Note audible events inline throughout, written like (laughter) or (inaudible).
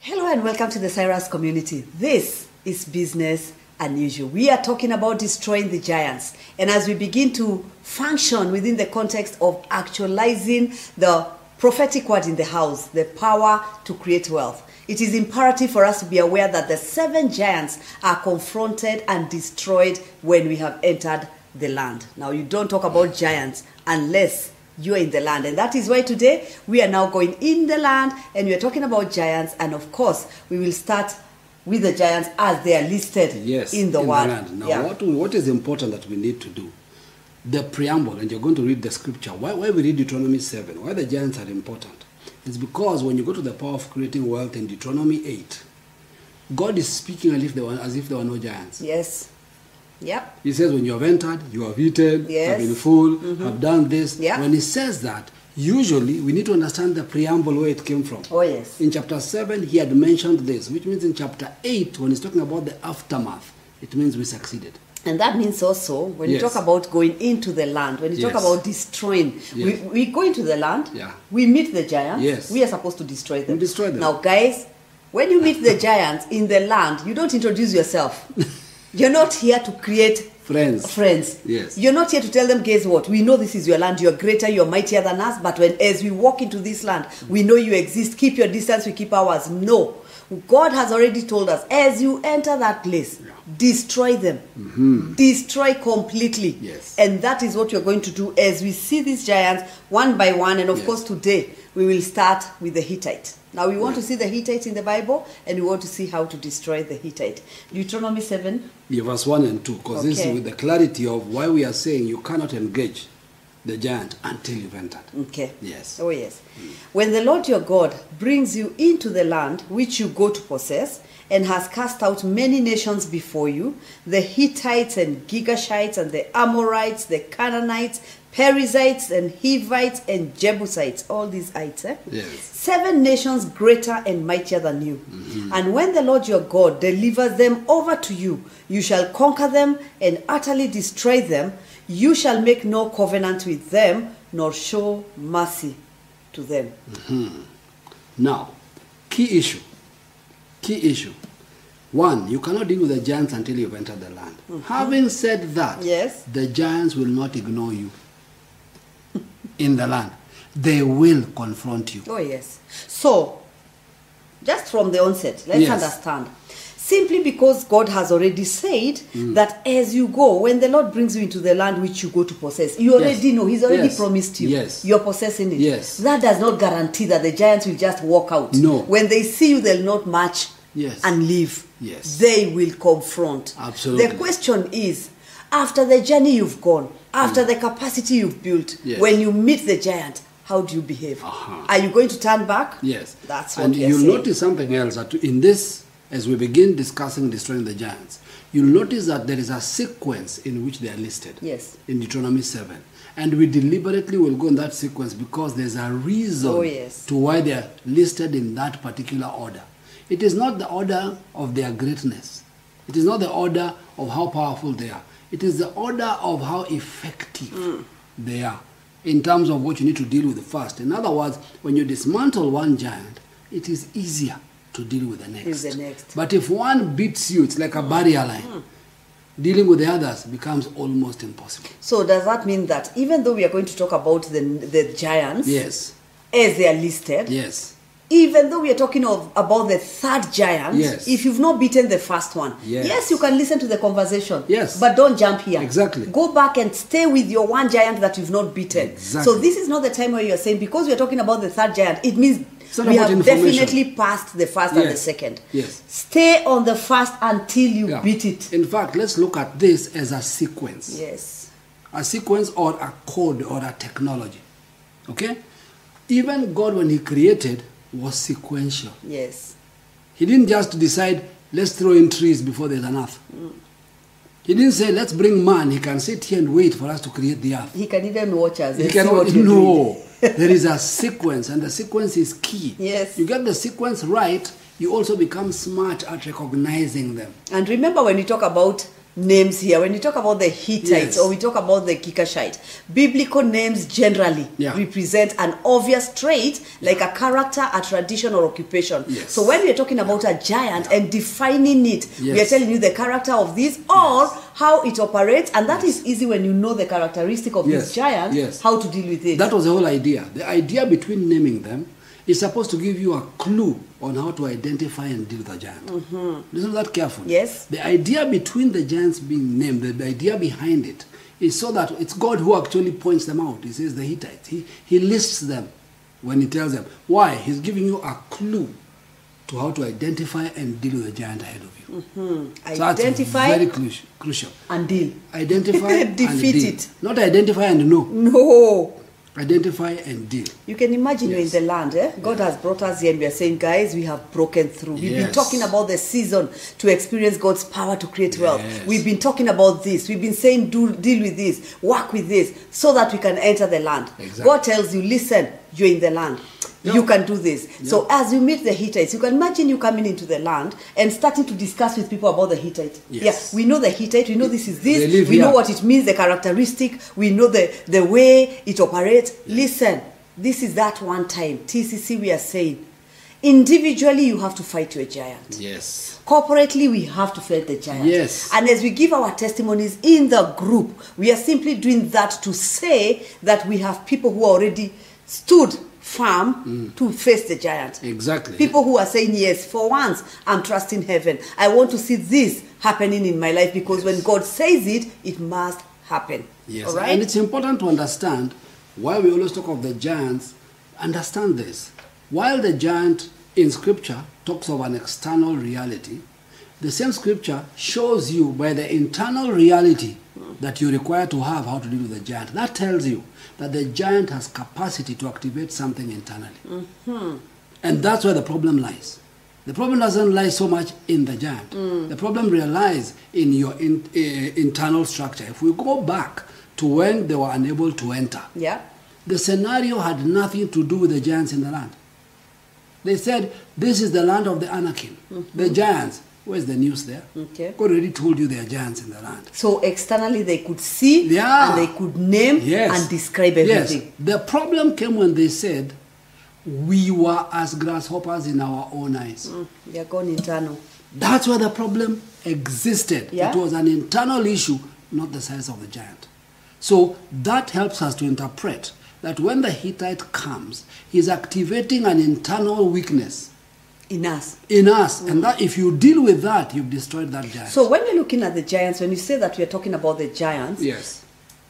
Hello and welcome to the Cyrus community. This is Business Unusual. We are talking about destroying the giants. And as we begin to function within the context of actualizing the prophetic word in the house, the power to create wealth, it is imperative for us to be aware that the seven giants are confronted and destroyed when we have entered the land. Now, you don't talk about giants unless you are in the land. And that is why today we are now going in the land and we are talking about giants. And of course, we will start with the giants as they are listed yes, in the word. land. Now, Yeah. what, we- what is important that we need to do? The preamble, and you're going to read the scripture. Why, why we read Deuteronomy 7? Why the giants are important? It's because when you go to the power of creating wealth in Deuteronomy 8, God is speaking as if there were, as if there were no giants. Yes. Yep. He says, when you have entered, you have eaten, Yes. Mm-hmm. have been full, have done this. Yeah. When he says that, usually we need to understand the preamble where it came from. Oh, yes. In chapter 7, he had mentioned this, which means in chapter 8, when he's talking about the aftermath, it means we succeeded. And that means also when you Yes. talk about going into the land, when you talk Yes. about destroying, Yes. we, we go into the land, Yeah. we meet the giants, Yes. we are supposed to destroy them. We destroy them. Now, guys, when you meet the giants in the land, you don't introduce (laughs) yourself. You're not here to create Friends. friends. Yes. You're not here to tell them, guess what? We know this is your land. You're greater, you're mightier than us. But when as we walk into this land, we know you exist. Keep your distance, we keep ours. No. God has already told us, as you enter that place, destroy them. Destroy completely. Mm-hmm. Yes. And that is what you're going to do as we see these giants one by one. And of Yes. course, today we will start with the Hittite. Now we want to see the Hittite in the Bible and we want to see how to destroy the Hittite. Deuteronomy 7. Yeah, verse 1 and 2, because this Okay. is with the clarity of why we are saying you cannot engage the giant until you've entered. Okay. Yes. Oh, yes. When the Lord your God brings you into the land which you go to possess, and has cast out many nations before you the Hittites and Gigashites, and the Amorites, the Canaanites, Perizzites, and Hivites, and Jebusites, all these ites. Eh? Yes. Seven nations greater and mightier than you. And when the Lord your God delivers them over to you, you shall conquer them and utterly destroy them. You shall make no covenant with them, nor show mercy to them. Now, key issue. Key issue. One, you cannot deal with the giants until you've entered the land. Having said that, Mm-hmm. Yes. the giants will not ignore you in the land. They will confront you. Oh, yes. So, just from the onset, let's Yes. understand. Simply because God has already said Mm. that as you go, when the Lord brings you into the land which you go to possess, you already know He's already Yes. promised you. Yes. You're possessing it. Yes. That does not guarantee that the giants will just walk out. No. When they see you, they'll not march Yes. and leave. Yes. They will confront. Absolutely. The question is after the journey you've gone, after the capacity you've built, Mm. Yes. when you meet the giant, how do you behave? Uh-huh. Are you going to turn back? Yes. That's what And you're you'll saying. notice something else that in this, as we begin discussing destroying the giants, you'll notice that there is a sequence in which they are listed. Yes. In Deuteronomy 7. And we deliberately will go in that sequence because there's a reason Oh, yes. to why they are listed in that particular order. It is not the order of their greatness, it is not the order of how powerful they are, it is the order of how effective Hmm. they are in terms of what you need to deal with first. In other words, when you dismantle one giant, it is easier to deal with the next. With the next. Hmm. But if one beats you, it's like a barrier line. Dealing with the others becomes almost impossible. So does that mean that even though we are going to talk about the the giants Yes, as they are listed, yes. even though we are talking of about the third giant, Yes. if you've not beaten the first one, Yes. you can listen to the conversation. Yes. But don't jump here. Exactly. Go back and stay with your one giant that you've not beaten. Exactly. So this is not the time where you're saying because we are talking about the third giant, it means It's not we about have information. definitely passed the first and the Yes. second. Yes. Stay on the first until you Yeah. beat it. In fact, let's look at this as a sequence. Yes. a sequence or a code or a technology. Okay? Even God, when He created, was sequential. Yes. He didn't just decide, let's throw in trees before there's an earth. He didn't say, let's bring man, he can sit here and wait for us to create the earth. He can even watch us. He and can see what you're doing. no. (laughs) there is a sequence, and the sequence is key. Yes. You get the sequence right, you also become smart at recognizing them. And remember when we talk about names here. When you talk about the Hittites Yes. or we talk about the Kikashite, biblical names generally Yeah. represent an obvious trait like a character, a tradition, or occupation. Yes. So when we are talking about a giant and defining it, we are Yes. telling you the character of this or how it operates, and that is easy when you know the characteristic of this Yes. giant, Yes. how to deal with it. That was the whole idea. The idea between naming them is supposed to give you a clue on how to identify and deal with the giant. Listen to that carefully. Mm-hmm. Yes. The idea between the giants being named, the, the idea behind it, is so that it's God who actually points them out. He says the Hittites. He, he lists them when he tells them. Why? He's giving you a clue to how to identify and deal with the giant ahead of you. So that's Mm-hmm. Identify very cruci- (laughs) crucial. and (laughs) deal. Identify and Defeat deal. it. Not identify and know. No. Identify and deal. You can imagine Yes. you're in the land. Eh? God has brought us here and we are saying, guys, we have broken through. We've been Yes. talking about the season to experience God's power to create wealth. Yes. We've been talking about this. We've been saying, do deal with this, work with this, so that we can enter the land. Exactly. God tells you, listen, you're in the land. Yeah. You can do this. So as you meet the Hittites, you can imagine you coming into the land and starting to discuss with people about the Hittite. Yes. Yeah, we know the Hittite. We know this is They this. live We know here. what it means, the characteristic. We know the, the way it operates. Listen, this is that one time. TCC, we are saying individually, you have to fight your giant. Yes. Corporately, we have to fight the giant. Yes. And as we give our testimonies in the group, we are simply doing that to say that we have people who already stood firm to face the giant. Exactly. People who are saying, Yes, for once, I'm trusting heaven. I want to see this happening in my life because when God says it, it must happen. Yes. All right? And it's important to understand why we always talk of the giants. Understand this. While the giant in scripture talks of an external reality, the same scripture shows you by the internal reality that you require to have how to deal with the giant. That tells you that the giant has capacity to activate something internally. And that's where the problem lies. The problem doesn't lie so much in the giant. Mm. The problem lies in your in, uh, internal structure. If we go back to when they were unable to enter, yeah. the scenario had nothing to do with the giants in the land. They said, This is the land of the Anakim, the giants. Where's the news there? Mm-hmm. Okay. God already told you there are giants in the land. So externally, they could see Yeah. and they could name Yes. and describe everything. Yes. The problem came when they said, We were as grasshoppers in our own eyes. They Mm, are gone internal. That's where the problem existed. Yeah. It was an internal issue, not the size of the giant. So that helps us to interpret that when the Hittite comes, he's activating an internal weakness In us. in us. And that if you deal with that, you've destroyed that giant. Mm. So when you're looking at the giants, when you say that we are talking about the giants, yes.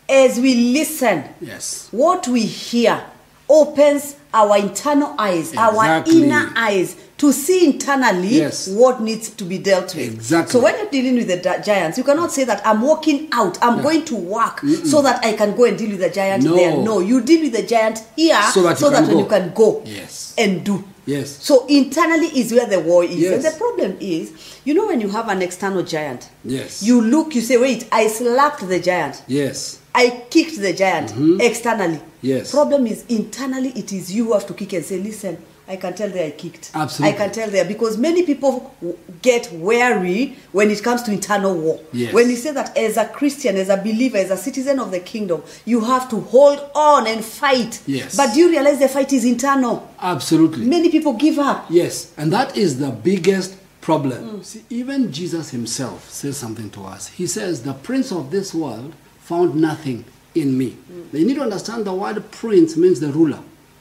as we listen, Yes. what we hear opens our internal eyes, Exactly. our inner eyes to see internally Yes. what needs to be dealt with. Exactly. So when you're dealing with the di- giants, you cannot say that I'm walking out, I'm going to work so that I can go and deal with the giant No. there. No, you deal with the giant here So that you can when go. you can go Yes. and do. Yes. So internally is where the war is. Yes. And the problem is, you know, when you have an external giant, Yes. you look, you say, wait, I slapped the giant. Yes. I kicked the giant externally. Mm-hmm. Yes. Problem is internally it is you who have to kick and say, listen, I can tell they I kicked. Absolutely. I can tell there because many people w- get wary when it comes to internal war. Yes. When you say that as a Christian, as a believer, as a citizen of the kingdom, you have to hold on and fight. Yes. But do you realize the fight is internal? Absolutely. Many people give up. Yes, and that is the biggest problem. See, even Jesus himself says something to us. He says, The prince of this world found nothing in me. They need to understand the word prince means the ruler,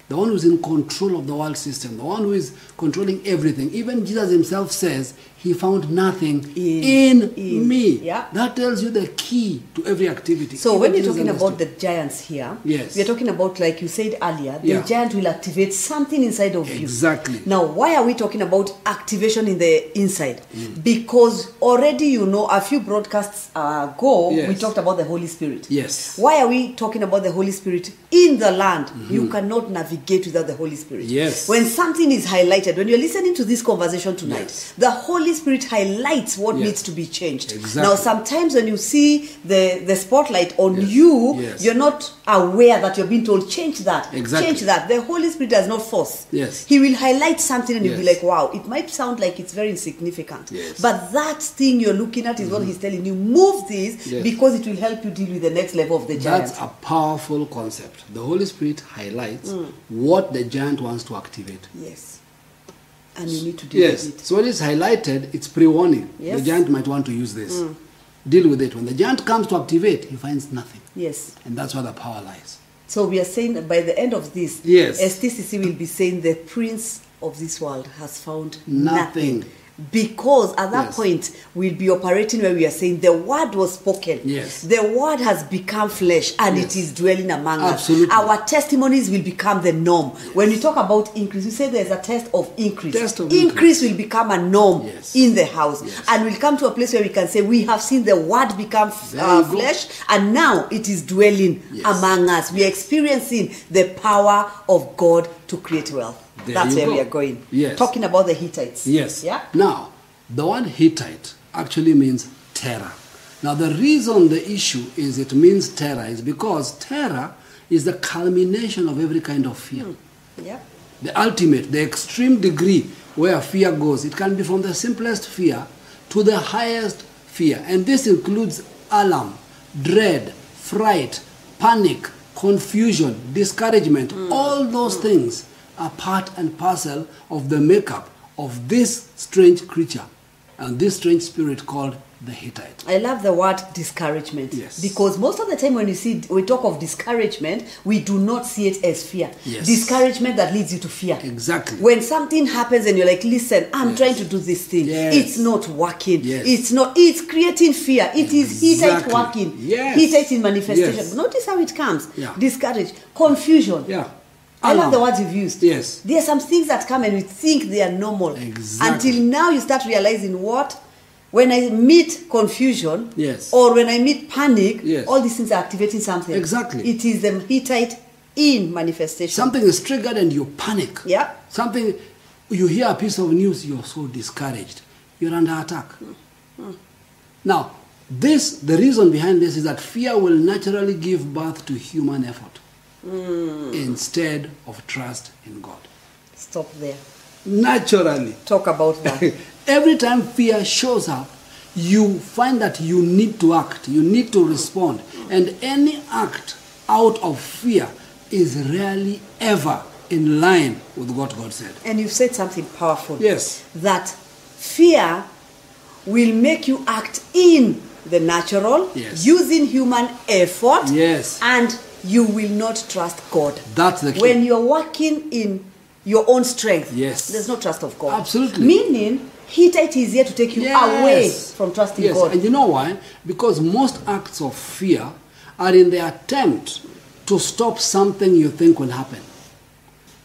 the one who's in control of the world system, the one who is controlling everything. Even Jesus himself says, He found nothing In- in, in. me. Yeah. That tells you the key to every activity. So Even when you're Jesus talking about understood. the giants here, Yes. we're talking about like you said earlier, the Yeah. giant will activate something inside of you. Exactly. Now, why are we talking about activation in the inside? Mm. Because already you know a few broadcasts ago we Yes. talked about the Holy Spirit. Yes. Why are we talking about the Holy Spirit in the land? You cannot navigate navigate without the Holy Spirit. Mm-hmm. Yes. When something is highlighted, when you're listening to this conversation tonight, Yes. the Holy Spirit highlights what Yes. needs to be changed. Exactly. Now, sometimes when you see the, the spotlight on Yes. you, Yes. you're not aware that you're being told, change that, Exactly. change that. The Holy Spirit does not force. Yes. He will highlight something and you'll be like, Yes. wow, it might sound like it's very insignificant. Yes. Mm-hmm. But that thing you're looking at is what He's telling you, move this Yes. because it will help you deal with the next level of the giant. Mm. That's a powerful concept. The Holy Spirit highlights what the giant wants to activate. Yes. And you need to deal Yes. with it. So when it's highlighted, it's pre warning. Yes. Mm. The giant might want to use this. Deal with it. When the giant comes to activate, he finds nothing. Yes. And that's where the power lies. So we are saying that by the end of this, Yes. STCC will be saying the prince of this world has found Nothing. nothing. Because at that Yes. point, we'll be operating where we are saying the word was spoken. Yes. The word has become flesh and Yes. it is dwelling among us. Absolutely. Our testimonies will become the norm. When we talk about increase, we say there's a test of increase. Test of increase. increase will become a norm Yes. in the house. Yes. And we'll come to a place where we can say, we have seen the word become f- There you uh, go. flesh and now it is dwelling Yes. among us. We are experiencing the power of God to create wealth. There That's you where go. we are going. Yes. Talking about the Hittites. Yes. Yeah. Now, the word Hittite actually means terror. Now, the reason the issue is it means terror is because terror is the culmination of every kind of Mm. fear. Yeah. The ultimate, the extreme degree where fear goes. It can be from the simplest fear to the highest fear. And this includes alarm, dread, fright, panic, confusion, discouragement. Hmm. All those things are part and parcel of the makeup of this strange creature and this strange spirit called the Hittite. I love the word discouragement Yes. because most of the time when you see we talk of discouragement, we do not see it as fear. Yes. Discouragement that leads you to fear. Exactly. When something happens and you're like, listen, I'm Yes. trying to do this thing. Yes. It's not working. Yes. It's not. It's creating fear. It is Hittite Exactly. working. Yes. Hittite in manifestation. Yes. Notice how it comes. Yeah. Discourage, confusion. Yeah. I love the Alarm. words you've used. Yes. There are some things that come and we think they are normal. Exactly. Until now you start realizing what? When I meet confusion Yes. or when I meet panic, Yes. all these things are activating something. Exactly. It is the Hittite in manifestation. Something is triggered and you panic. Yeah. Something, you hear a piece of news, you're so discouraged. You're under attack. Now, this, the reason behind this is that fear will naturally give birth to human effort instead of trust in God. Stop there. Naturally. Talk about (laughs) that. Every time fear shows up, you find that you need to act, you need to respond. And any act out of fear is rarely ever in line with what God said. and you've said something powerful. Yes. That fear will make you act in the natural, Yes. using human effort. Yes. And you will not trust God. That's the key. when you're working in your own strength, Yes. there's no trust of God. Absolutely. Meaning, Hittite is here to take you away from trusting Yes, God. And you know why? Because most acts of fear are in the attempt to stop something you think will happen.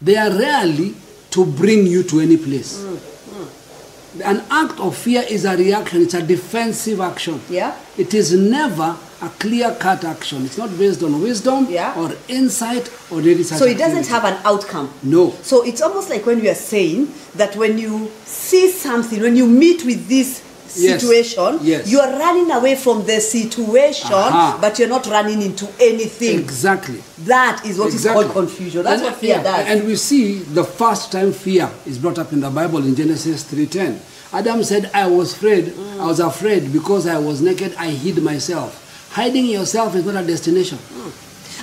They are rarely to bring you to any place. Mm, An act of fear is a reaction, it's a defensive action. Yeah. It is never a clear cut action. It's not based on wisdom Yeah. or insight or any such so it doesn't activity. have an outcome. No. So it's almost like when we are saying that when you see something, when you meet with this Yes. situation, Yes. you are running away from the situation, Aha. but you're not running into anything. Exactly. That is what is called confusion. That's And- what fear yeah, does. And we see the first time fear is brought up in the Bible in Genesis 3:10. Adam said, "I was afraid. I was afraid because I was naked. I hid myself." Hiding yourself is not a destination.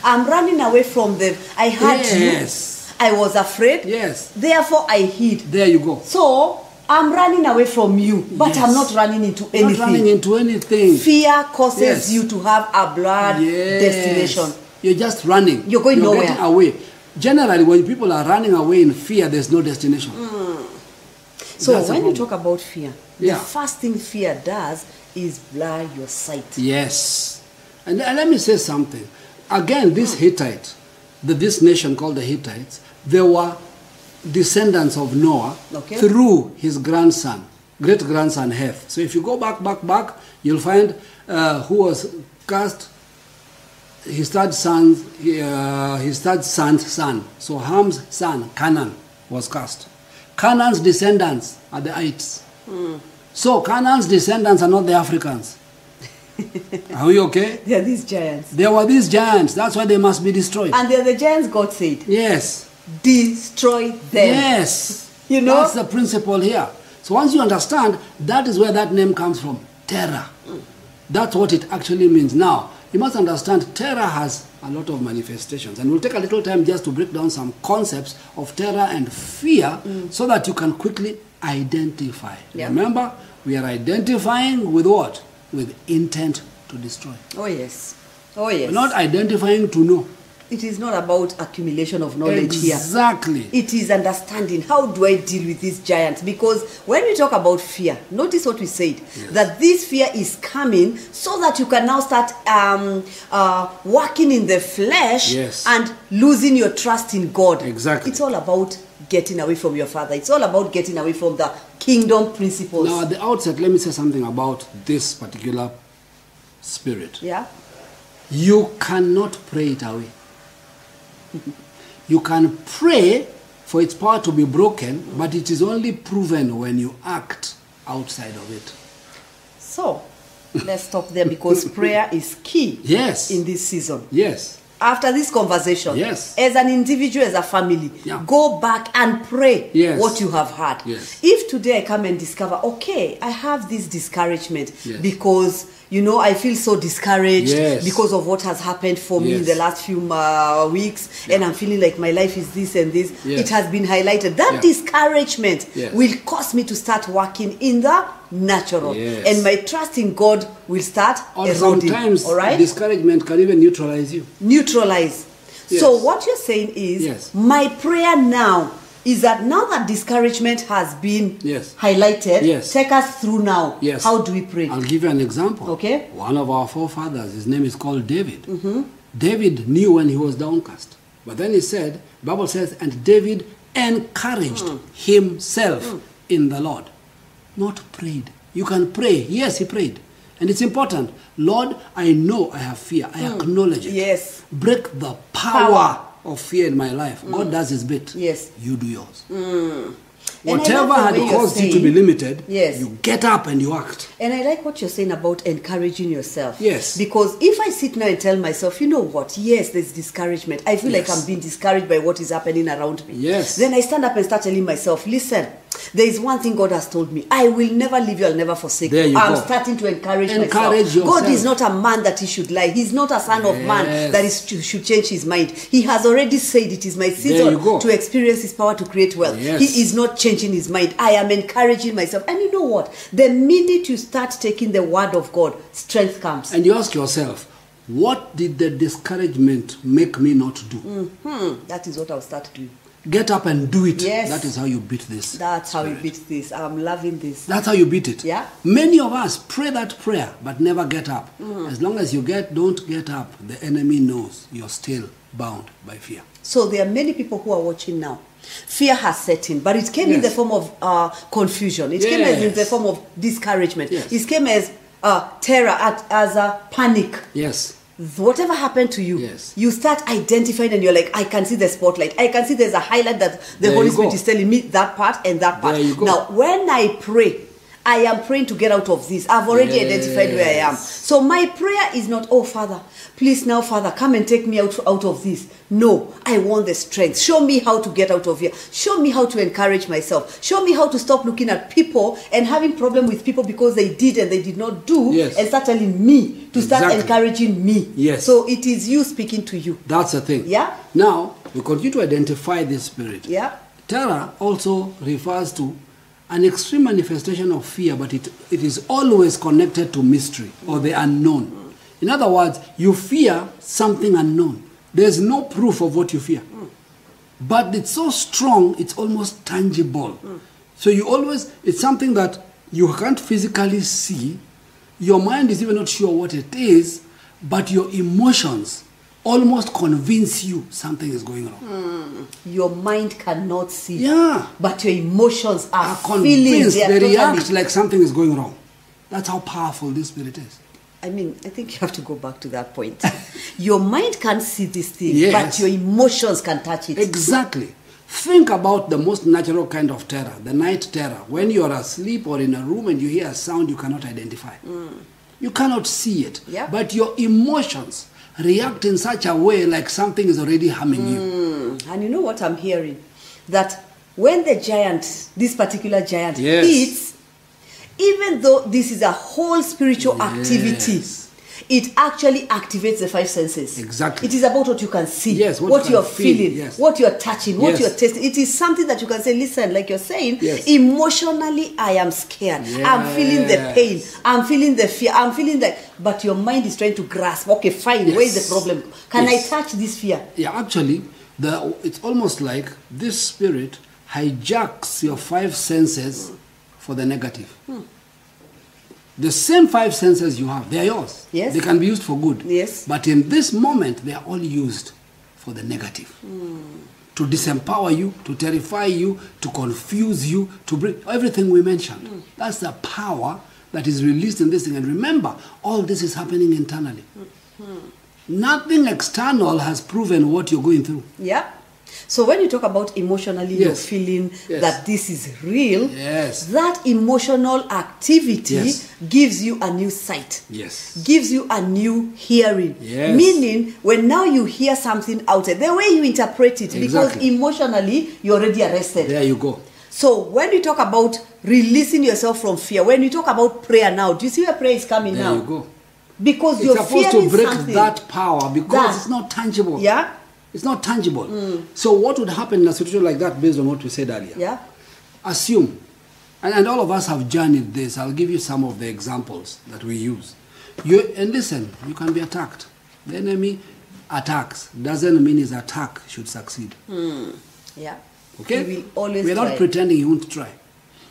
I'm running away from them. I had Yes. you. I was afraid. Yes. Therefore, I hid. There you go. So I'm running away from you, but Yes. I'm not running into You're anything. Not running into anything. Fear causes Yes. you to have a blood Yes. destination. You're just running. You're going nowhere. Getting away. Generally, when people are running away in fear, there's no destination. So That's the when you problem. talk about fear, Yeah. the first thing fear does is blur your sight. Yes. And, and let me say something. Again, these Hittites, the, this nation called the Hittites, they were descendants of Noah Okay. through his grandson, great grandson Heth. So if you go back, back, back, you'll find uh, who was cast his third son, uh, his third son's son, so Ham's son, Canaan, was cast. Canaan's descendants are the Ites. So Canaan's descendants are not the Africans. (laughs) are we okay? They are these giants. There were these giants. That's why they must be destroyed. And they are the giants God said, yes. destroy them. Yes. You know? That's the principle here. So once you understand, that is where that name comes from. Terror. That's what it actually means. Now, you must understand terror has a lot of manifestations. And we'll take a little time just to break down some concepts of terror and fear so that you can quickly identify. Yeah. Remember, we are identifying with what? With intent to destroy. Oh, yes. Oh, yes. We're not identifying to know. it is not about accumulation of knowledge here. Exactly. It is understanding how do I deal with these giants? Because when we talk about fear, notice what we said that this fear is coming so that you can now start um, uh, working in the flesh Yes. and losing your trust in God. Exactly. It's all about getting away from your father, it's all about getting away from the kingdom principles. Now, at the outset, let me say something about this particular spirit. yeah? You cannot pray it away. you can pray for its power to be broken, but it is only proven when you act outside of it. So let's stop there (laughs) because prayer is key Yes. in this season. Yes. after this conversation Yes. as an individual as a family Yeah. go back and pray Yes. what you have heard Yes. if today i come and discover okay i have this discouragement Yes. because you know i feel so discouraged Yes. because of what has happened for me in Yes. the last few uh, weeks and i'm feeling like my life is this and this Yes. it has been highlighted that Yeah. discouragement Yes. will cause me to start working in the natural Yes. and my trust in god will start Or eroding sometimes all right discouragement can even neutralize you. neutralize. So Yes. what you're saying is, Yes. my prayer now is that now that discouragement has been Yes. highlighted, Yes. take us through now. Yes. How do we pray? I'll give you an example. Okay. One of our forefathers, his name is called David. Mm-hmm. David knew when he was downcast. But then he said, Bible says, and David encouraged Mm. himself in the Lord. Not prayed. You can pray. Yes, he prayed. And it's important. Lord, I know I have fear. I acknowledge it. Mm. Yes. Break the power, Power. Mm. of fear in my life. God does his bit. Yes. Mm. You do yours. And I Whatever love the had way you're caused you to be saying- limited, Yes. you get up and you act. And I like what you're saying about encouraging yourself. Yes. Because if I sit now and tell myself, you know what, yes, there's discouragement. I feel Yes. like I'm being discouraged by what is happening around me. Yes. Then I stand up and start telling myself, listen, there is one thing God has told me. I will never leave you, I'll never forsake There you I'm go. starting to encourage, Encourage myself. God yourself. is not a man that he should lie. He's not a son of man Yes. that is, should change his mind. He has already said it is my you season go. to experience his power to create wealth. Yes. He is not changing his mind. I am encouraging myself. And you know what? The minute you start taking the word of God, strength comes. And you ask yourself, what did the discouragement make me not do? Hmm, that is what I'll start doing. Get up and do it. Yes. That is how you beat this. That's how you spirit. beat this. I'm loving this. That's how you beat it. Yeah. Many of us pray that prayer but never get up. Mm-hmm. As long as you get don't get up, the enemy knows you're still bound by fear. So there are many people who are watching now. Fear has set in, but it came in Yes. the form of uh, confusion. It came as in the Yes. form of discouragement. Yes. It came as uh, terror, at, as a panic. Yes. whatever happened to you, Yes. you start identifying and you're like, I can see the spotlight. I can see there's a highlight that the There Holy you Spirit go. is telling me that part and that part. There you go. Now, when I pray, I am praying to get out of this. I've already identified where I am. Yes. So my prayer is not, oh Father, please now, Father, come and take me out, out of this. No, I want the strength. Show me how to get out of here. Show me how to encourage myself. Show me how to stop looking at people and having problem with people because they did and they did not do, Yes. and start telling me to start Exactly. encouraging me. Yes. So it is you speaking to you. That's the thing. Yeah. Now we continue to identify this spirit. Yeah. Terror also refers to an extreme manifestation of fear, but it, it is always connected to mystery or the unknown. In other words, you fear something unknown. There's no proof of what you fear. But it's so strong, it's almost tangible. So you always, it's something that you can't physically see. Your mind is even not sure what it is, but your emotions almost convince you something is going wrong. Your mind cannot see. Yeah. But your emotions are, are feeling. convinced They they, are totally- react like something is going wrong. That's how powerful this spirit is. I mean, I think you have to go back to that point. (laughs) your mind can't see this thing, Yes. but your emotions can touch it. Exactly. Think about the most natural kind of terror, the night terror, when you are asleep or in a room and you hear a sound you cannot identify. Mm. You cannot see it, Yeah. but your emotions react in such a way like something is already harming Mm. you. Hmm. And you know what I'm hearing? That when the giant, this particular giant, Yes. eats, even though this is a whole spiritual activity, Yes. it actually activates the five senses. Exactly. It is about what you can see, Yes, what what, you can you are feel, feeling, yes. what you are touching, what Yes. you are tasting. It is something that you can say, listen, like you're saying, Yes. emotionally, I am scared. I'm feeling the pain. Yes. I'm feeling the fear. I'm feeling that. But your mind is trying to grasp, okay, fine, where is Yes. the problem? Can Yes. I touch this fear? Yeah, actually, the, it's almost like this spirit hijacks your five senses for the negative. The same five senses you have, they are yours. Yes. They can be used for good. Yes. But in this moment, they are all used for the negative. Hmm. To disempower you, to terrify you, to confuse you, to bring everything we mentioned. Hmm. That's the power that is released in this thing. And remember, all this is happening internally. Hmm. Nothing external has proven what you're going through. Yeah. So when you talk about emotionally, you're Yes. feeling Yes. that this is real. Yes. That emotional activity Yes. gives you a new sight. Yes. Gives you a new hearing. Yes. Meaning, when now you hear something out there, the way you interpret it, because Exactly. emotionally you're already arrested. There you go. So when you talk about releasing yourself from fear, when you talk about prayer now, do you see where prayer is coming There now? you go. Because It's you're supposed to fearing break something. that power because That- it's not tangible. Yeah. Hmm. It's not tangible. So what would happen in a situation like that based on what we said earlier? Yeah. Assume, and, and all of us have journeyed this. I'll give you some of the examples that we use. You and listen, you can be attacked. The enemy attacks. Doesn't mean his attack should succeed. Yeah. Okay? We will always We're not try. pretending you won't try.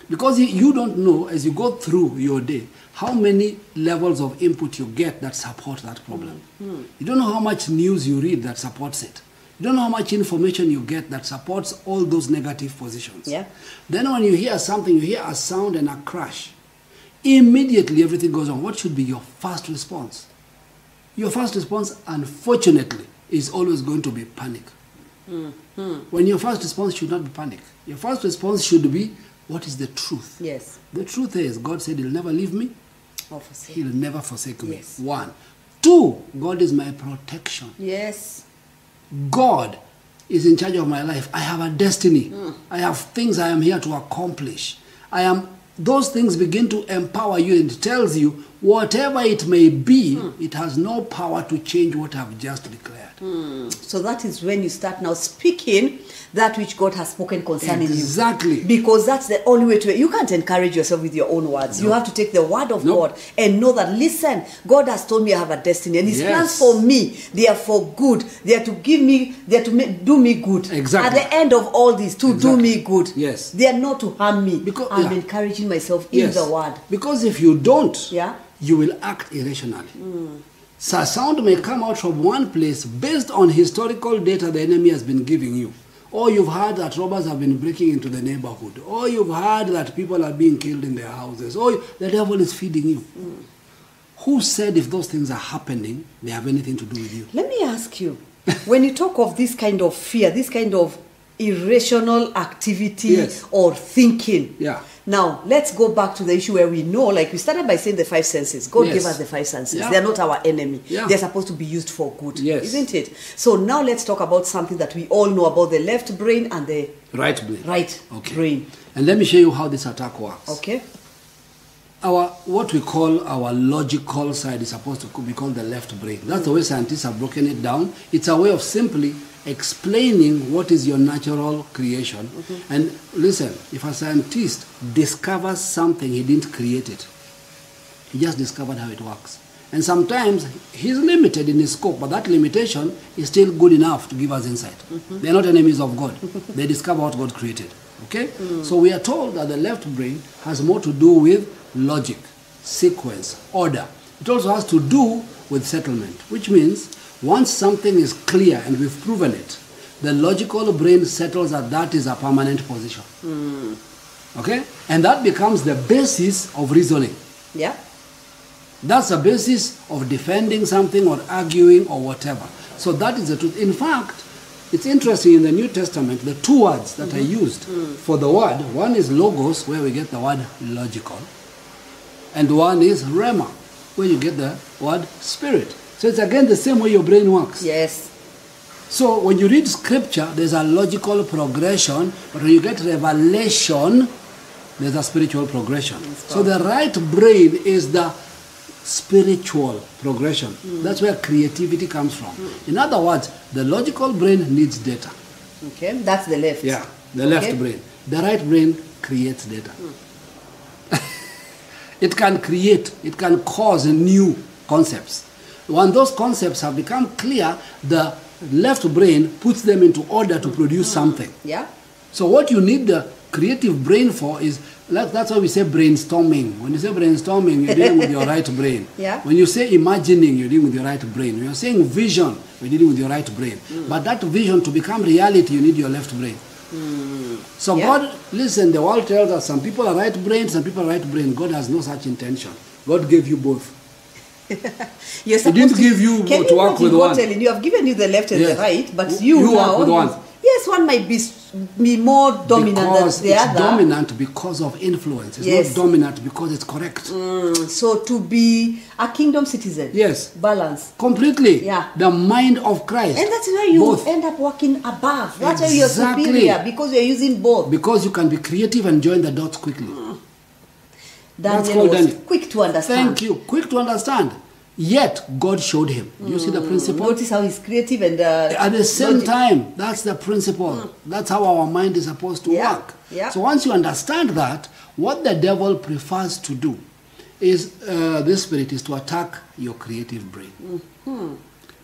Because you- you don't know, as you go through your day, how many levels of input you get that support that problem. Hmm. You don't know how much news you read that supports it. You don't know how much information you get that supports all those negative positions. Yeah. Then when you hear something, you hear a sound and a crash. Immediately everything goes on. What should be your first response? Your first response, unfortunately, is always going to be panic. When your first response should not be panic. Your first response should be, what is the truth? Yes. The truth is, God said He'll never leave me, Officer. He'll never forsake me. Yes. One. Two, God is my protection. Yes. God is in charge of my life. I have a destiny. I have things I am here to accomplish. I am those things begin to empower you and tells you whatever it may be, it has no power to change what I've just declared. So that is when you start now speaking that which God has spoken concerning you. Exactly. Because that's the only way to. You can't encourage yourself with your own words. You have to take the word of No. God and know that, listen, God has told me I have a destiny and His Yes. plans for me, they are for good. They are to give me, they are to make, do me good. Exactly. At the end of all this, to do Exactly. me good. Yes. They are not to harm me. Because- I'm yeah. encouraging myself in the word. Because if you don't, Yeah. you will act irrationally. So sound may come out from one place based on historical data the enemy has been giving you. Or you've heard that robbers have been breaking into the neighborhood. Or you've heard that people are being killed in their houses. Or you- the devil is feeding you. Who said if those things are happening, they have anything to do with you? Let me ask you when you talk of this kind of fear, this kind of irrational activity Yes. or thinking. Yeah. Now, let's go back to the issue where we know, like we started by saying the five senses. God Yes. gave us the five senses. Yeah. They're not our enemy. Yeah. They're supposed to be used for good. Yes. Isn't it? So now let's talk about something that we all know about the left brain and the Right brain. right Okay. brain. And let me show you how this attack works. Okay? our what we call our logical side is supposed to be called the left brain. That's the way scientists have broken it down. It's a way of simply explaining what is your natural creation. And listen, if a scientist discovers something, he didn't create it. He just discovered how it works. And sometimes he's limited in his scope, but that limitation is still good enough to give us insight. They're not enemies of God, they discover what God created. Okay? So we are told that the left brain has more to do with logic, sequence, order. It also has to do with settlement, which means once something is clear and we've proven it, the logical brain settles that that is a permanent position. Okay? And that becomes the basis of reasoning Yeah? That's the basis of defending something or arguing or whatever. So that is the truth. In fact, it's interesting in the New Testament, the two words that are used for the word one is logos, where we get the word logical, and one is rhema, where you get the word spirit. So it's again the same way your brain works. Yes. So when you read scripture, there's a logical progression, but when you get revelation, there's a spiritual progression. So the right brain is the spiritual progression. That's where creativity comes from. In other words, the logical brain needs data. Okay. That's the left. Yeah, the left Okay. Hmm. brain. The right brain creates data. (laughs) it can create, it can cause new concepts. When those concepts have become clear, the left brain puts them into order to produce Hmm. something. Yeah. So what you need the creative brain for is like, that's why we say brainstorming. When you say brainstorming, you're dealing (laughs) with your right brain. Yeah. When you say imagining, you're dealing with your right brain. When you're saying vision, you're dealing with your right brain. Mm. But that vision to become reality, you need your left brain. So Mm. Yeah. God, listen, the world tells us some people are right brain, some people are right brain. God has no such intention. God gave you both. You're supposed didn't to- give you Can to work imagine with God one. Telling you, I've given you the left and Yes. the right, but W- you, you work now. with one. Yes, one might be s- be more dominant because than the it's other. dominant because of influence. It's Yes. Mm. not dominant because it's correct. So to be a kingdom citizen. Yes. Balance. Completely. Yeah. The mind of Christ. And that's where you Both. end up working above. That's why you're Exactly. superior because you're using both. Because you can be creative and join the dots quickly. Daniel that's called was Daniel. quick to understand. Thank you. Quick to understand. Yet God showed him. You see the principle? Notice how he's creative and uh, At the same logic. time, that's the principle. That's how our mind is supposed to Yeah, work. yeah. So once you understand that, what the devil prefers to do is uh, this spirit is to attack your creative brain. Mm-hmm.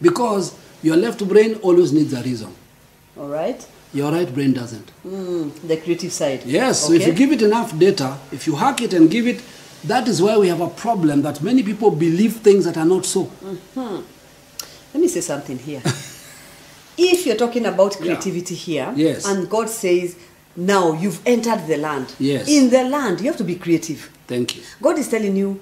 Because your left brain always needs a reason. All right. Your right brain doesn't. Mm, the creative side. Yes, so Okay. if you give it enough data, if you hack it and give it, that is where we have a problem that many people believe things that are not so. Let me say something (laughs) here. if you're talking about Yeah. creativity here, Yes. and God says, now you've entered the land. Yes. In the land, you have to be creative. Thank you. God is telling you,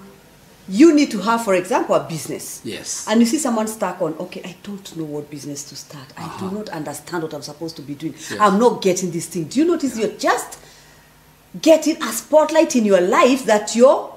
you need to have, for example, a business. Yes. And you see someone stuck on, okay, I don't know what business to start. I Uh-huh. do not understand what I'm supposed to be doing. I'm not getting this thing. Do you notice you're just getting a spotlight in your life that your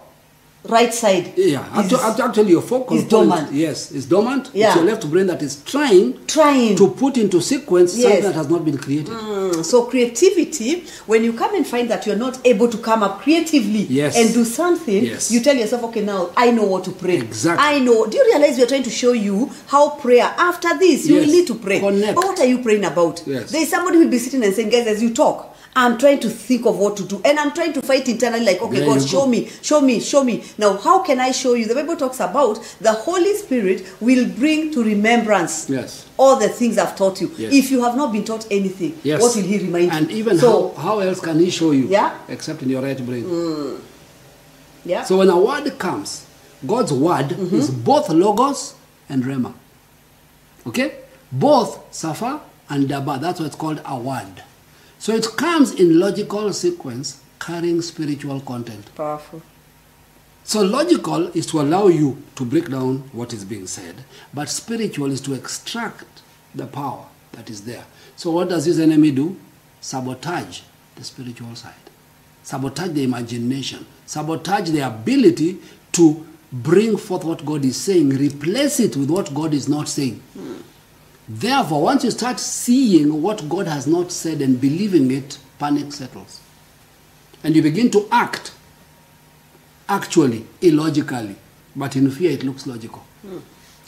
right side Yeah, is actu- actu- actually, your focal is point, dormant. Yes, is dormant. Yeah. It's your left brain that is trying trying to put into sequence Yes. Mm. something that has not been created. So creativity, when you come and find that you're not able to come up creatively Yes. and do something, Yes. you tell yourself, okay, now I know what to pray. Exactly. I know. Do you realize we're trying to show you how prayer? After this, you Yes. will need to pray. Connect. But what are you praying about? Yes. There's somebody who will be sitting and saying, guys, as you talk. I'm trying to think of what to do, and I'm trying to fight internally. Like, okay, There God, you show go. me, show me, show me. Now, how can I show you? The Bible talks about the Holy Spirit will bring to remembrance Yes. all the things I've taught you. Yes. If you have not been taught anything, Yes. what will he remind you? And even so, how, how else can he show you? Yeah. Mm. Except in your right brain. yeah, So when a word comes, God's word is both logos and rhema. Okay? Both safa and daba. That's what's called a word. So it comes in logical sequence carrying spiritual content. powerful. So logical is to allow you to break down what is being said, but spiritual is to extract the power that is there. So what does this enemy do? Sabotage the spiritual side. Sabotage the imagination, sabotage the ability to bring forth what God is saying, replace it with what God is not saying. Therefore, once you start seeing what God has not said and believing it, panic settles. And you begin to act actually illogically, but in fear it looks logical.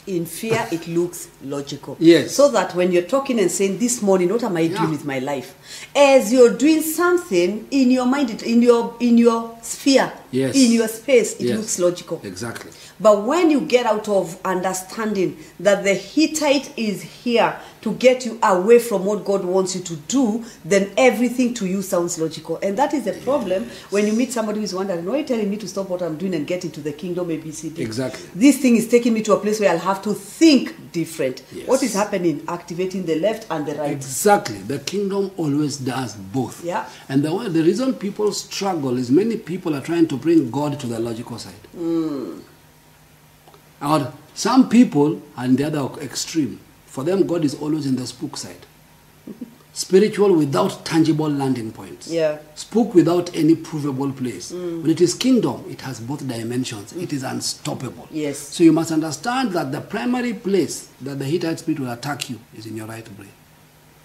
In (laughs) fear, it looks logical. Yes. So that when you're talking and saying, "This morning, what am I Yeah. doing with my life?" As you're doing something in your mind, it- in your in your sphere, Yes. in your space, it Yes. looks logical. Exactly. But when you get out of understanding that the Hittite is here to get you away from what God wants you to do, then everything to you sounds logical. And that is the problem when you meet somebody who's wondering, why are you telling me to stop what I'm doing and get into the kingdom ABCD? Exactly. This thing is taking me to a place where I'll have to think different. Yes. What is happening? Activating the left and the right. Exactly. The kingdom always does both. Yeah. And the, way, the reason Hmm. people struggle is many people are trying to bring God to the logical side. Or some people are in the other extreme. For them, God is always in the (laughs) spook side. Spiritual without tangible landing points. Yeah. Spook without any provable place. Mm. When it is kingdom, it has both dimensions. It is unstoppable. Yes. So you must understand that the primary place that the Hittite spirit will attack you is in your right brain.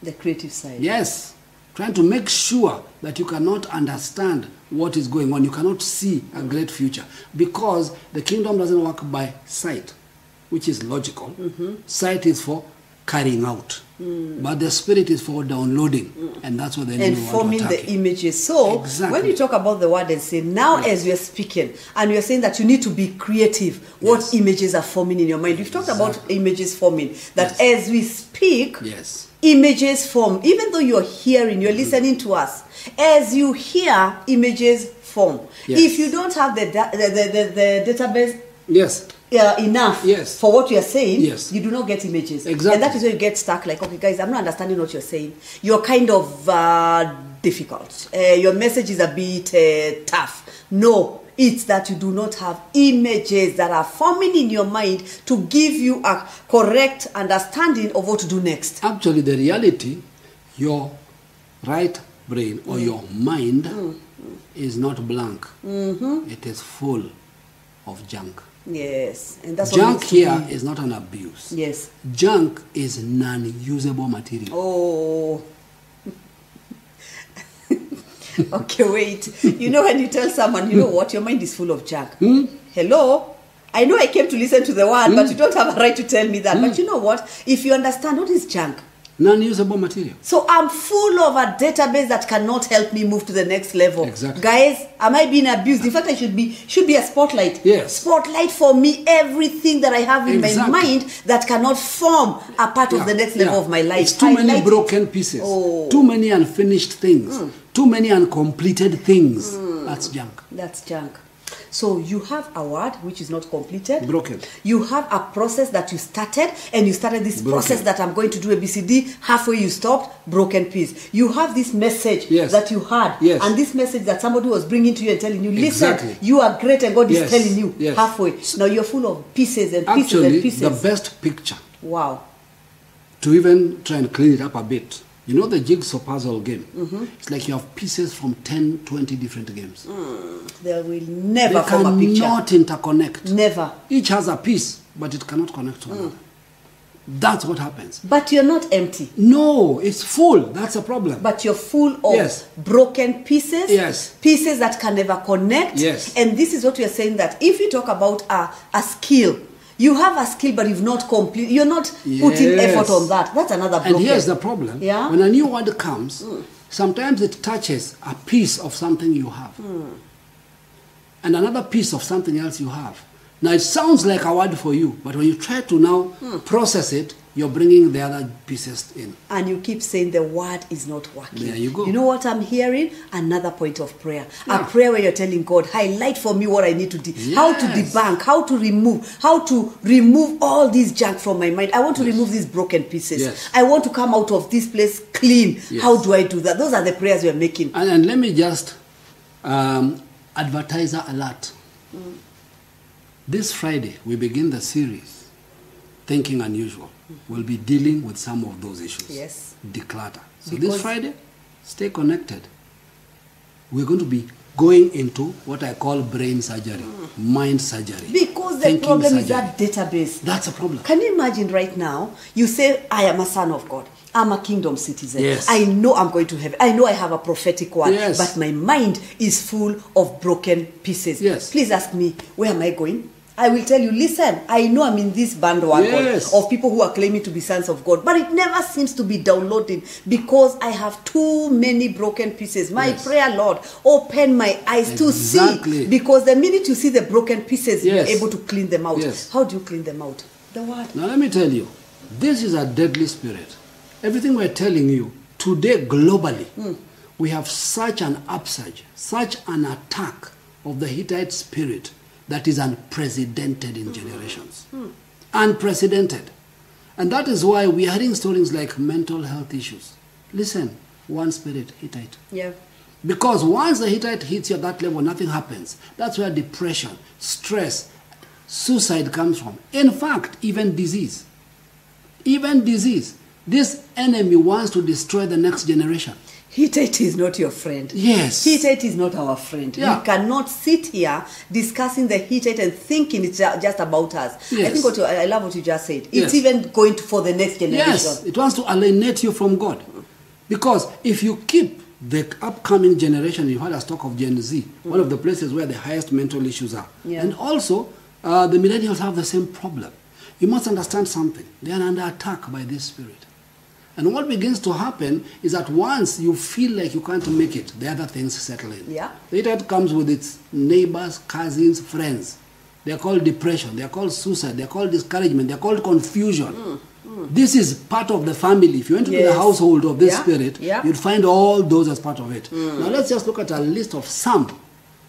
The creative side. Yes. Trying to make sure that you cannot understand what is going on. You cannot see a great future. Because the kingdom doesn't work by sight, which is logical. Mm-hmm. Sight is for carrying out. But the spirit is for downloading. And that's what the enemy Mm. and wants forming to the attack. you. images. So Exactly. when you talk about the word and say now as we are speaking, and you are saying that you need to be creative, what Yes. images are forming in your mind? You've talked about Exactly. images forming. That Yes. as we speak, Yes. Mm-hmm. images form. Even though you're hearing, you're listening to us. As you hear, images form. Yes. If you don't have the da- the, the, the, the database Yes. uh, enough Yes. for what you are saying, Yes. you do not get images. Exactly. And that is where you get stuck like, okay, guys, I'm not understanding what you're saying. You're kind of uh, difficult. Uh, your message is a bit uh, tough. No, it's that you do not have images that are forming in your mind to give you a correct understanding of what to do next. Actually, the reality, your right brain Mm. or your mind is not blank, Mm-hmm. It is full of junk. Yes. And that's what junk needs to here be- is not an abuse. Yes. Junk is non-usable material. Oh. (laughs) okay, wait. You know when you tell someone, you know what, your mind is full of junk. Hmm? Hello? I know I came to listen to the word, but you don't have a right to tell me that. But Hmm? you know what? If you understand what is junk, Non-usable material. so I'm full of a database that cannot help me move to the next level. Exactly. Guys, am I being abused? In fact, I should be should be a spotlight. Yes. Spotlight for me everything that I have in Exactly. my mind that cannot form a part Yeah, of the next level yeah. of my life. It's too many Highlight it. broken pieces. Oh. Mm. Too many unfinished things. Too many uncompleted things. That's junk. That's junk. So you have a word which is not completed. Broken. You have a process that you started, and you started this Broken. process that I'm going to do ABCD. Halfway you stopped, broken piece. You have this message Yes. that you had, Yes. and this message that somebody was bringing to you and telling you, listen, Exactly. you are great, and God is Yes. telling you Yes. halfway. Now you're full of pieces and pieces Actually, and pieces. the best picture wow. to even try and clean it up a bit. You know the jigsaw puzzle game? Mm-hmm. It's like you have pieces from 10, 20 different games. There will They never form Mm. a picture. cannot interconnect. Never. Each has a piece, but it cannot connect to Mm. another. That's what happens. But you're not empty. No, it's full. That's a problem. but you're full of Yes. broken pieces Yes. pieces that can never connect Yes. and this is what you're saying that if you talk about a, a skill you have a skill but you've not complete you're not putting Yes. effort on that that's another and broken here's the problem. Yeah. When a new word comes, sometimes it touches a piece of something you have. And another piece of something else you have. Now it sounds like a word for you, but when you try to now process it, you're bringing the other pieces in. and you keep saying the word is not working. There you go. You know what I'm hearing? Another point of prayer. Yeah. A prayer where you're telling God, highlight for me what I need to de- how to Yes. debunk, how to remove, how to remove all this junk from my mind. I want to remove these broken pieces. Yes. I want to come out of this place clean. Yes. Uh, How do I do that? Those are the prayers we're making. And, and let me just um, advertiser alert. Mm. This Friday, we begin the series, Thinking Unusual. We'll be dealing with some of those issues. Mm-hmm. Yes. Declutter. So Because- this Friday, stay connected. We're going to be going into what I call brain surgery, mind surgery. Mm. Because the thinking problem is surgery. that database. That's a problem. Can you imagine right now? You say, I am a son of God. I'm a kingdom citizen. Yes. I know I'm going to heaven. I know I have a prophetic word. Yes. But my mind is full of broken pieces. Yes. Please ask me, where am I going? I will tell you, listen, I know I'm in this bandwagon Yes. of people who are claiming to be sons of God, but it never seems to be downloading because I have too many broken pieces. My Yes. prayer, Lord, open my eyes to see. Exactly. Because the minute you see the broken pieces, Yes. you're able to clean them out. Yes. How do you clean them out? The word. Now, let me tell you, this is a deadly spirit. Everything we're telling you today, globally, we have such an upsurge, such an attack of the Hittite spirit that is unprecedented in generations. Unprecedented. And that is why we are hearing stories like mental health issues. Listen, one spirit, Hittite. Yeah. Because once the Hittite hits you at that level, nothing happens. That's where depression, stress, suicide comes from. In fact, even disease. Even disease. This enemy wants to destroy the next generation. Hittite is not your friend. Yes. Hittite is not our friend. Yeah. We cannot sit here discussing the Hittite and thinking it's ju- just about us. I Yes. think what you, I I love what you just said. It's Yes. even going to, for the next generation. Yes, it wants to alienate you from God. Because if you keep the upcoming generation, you heard us talk of Gen Z, one of the places where the highest mental issues are. Yeah. And also, uh, the millennials have the same problem. You must understand something. They are under attack by this spirit. And what begins to happen is that once you feel like you can't make it, the other things settle in. Yeah. Later it comes with its neighbors, cousins, friends. They're called depression, they're called suicide, they're called discouragement, they're called confusion. This is part of the family. If you went into Yes. the household of this Yeah, spirit, yeah. Mm. you'd find all those as part of it. Now let's just look at a list of some.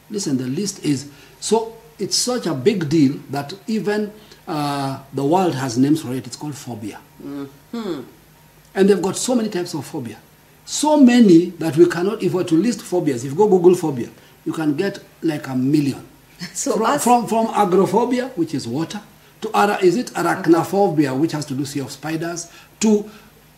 Listen, the list is so it's such a big deal that even uh, the world has names for it. It's called phobia. Mm-hmm. And they've got so many types of phobia. So many that we cannot, if we were to list phobias, if you go Google phobia, you can get like a million. So from, us- from, from agrophobia, which is water, to ara, is it arachnophobia, which has to do with of spiders, to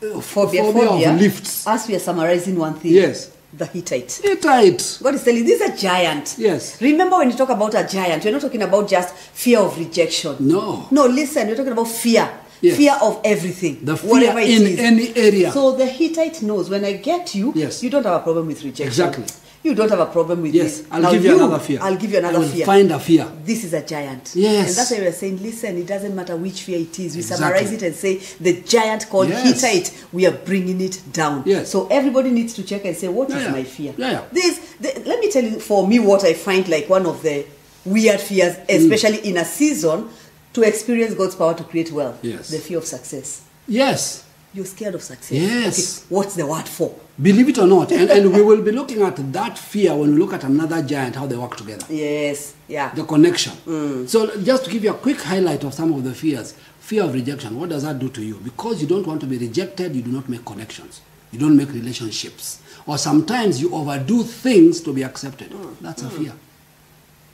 uh, Phobia, phobia, phobia. of lifts. As we are summarizing one thing. Yes. The Hittite. Hittite. God is telling this is a giant. Yes. Remember when you talk about a giant, you're not talking about just fear of rejection. No. No, listen, you're talking about fear. Oh. Yes. Fear of everything. The fear whatever it in is. any area. So the Hittite knows when I get you, Yes. you don't have a problem with rejection. Exactly. You don't have a problem with Yes, this. I'll Now give you, another fear. I'll give you another I will fear. Find a fear. this is a giant. Yes. And that's why we are saying, listen, it doesn't matter which fear it is. We Exactly. summarize it and say, the giant called Yes. Hittite, we are bringing it down. Yes. So everybody needs to check and say, what is Yeah, yeah. my fear? Yeah, yeah. This, the, let me tell you, for me, what I find like one of the weird fears, Mm. especially in a season, to experience God's power to create wealth. Yes. The fear of success. Yes. You're scared of success. Yes. Okay, what's the word for? Believe it or not. And, and we will be looking at that fear when we look at another giant, how they work together. Yes. Yeah. the connection. So just to give you a quick highlight of some of the fears. Fear of rejection, what does that do to you? Because you don't want to be rejected, you do not make connections. You don't make relationships. Or sometimes you overdo things to be accepted. That's a fear.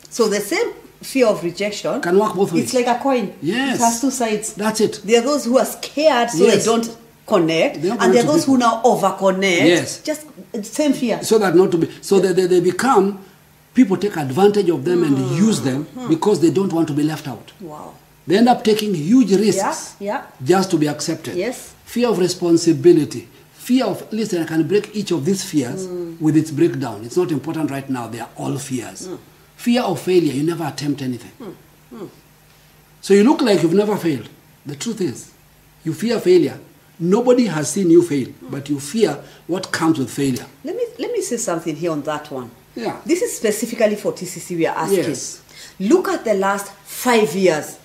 so the same fear of rejection Can work both It's ways. like a coin. Yes. It has two sides. That's it. There are those who are scared, so they Yes. don't connect, They don't and there are connect to those who now overconnect. Yes. Just uh, same fear. so that not to be so that they, they become people take advantage of them and use them because they don't want to be left out. Wow. They end up taking huge risks yeah. just to be accepted. Yes. Fear of responsibility. Fear of, listen, I can break each of these fears Mm. with its breakdown. It's not important right now. They are all fears. Fear of failure. You never attempt anything. Mm. So you look like you've never failed. The truth is, you fear failure. Nobody has seen you fail, Mm. but you fear what comes with failure. Let me let me say something here on that one. Yeah. This is specifically for TCC. We are asking. Yes. Look at the last five years.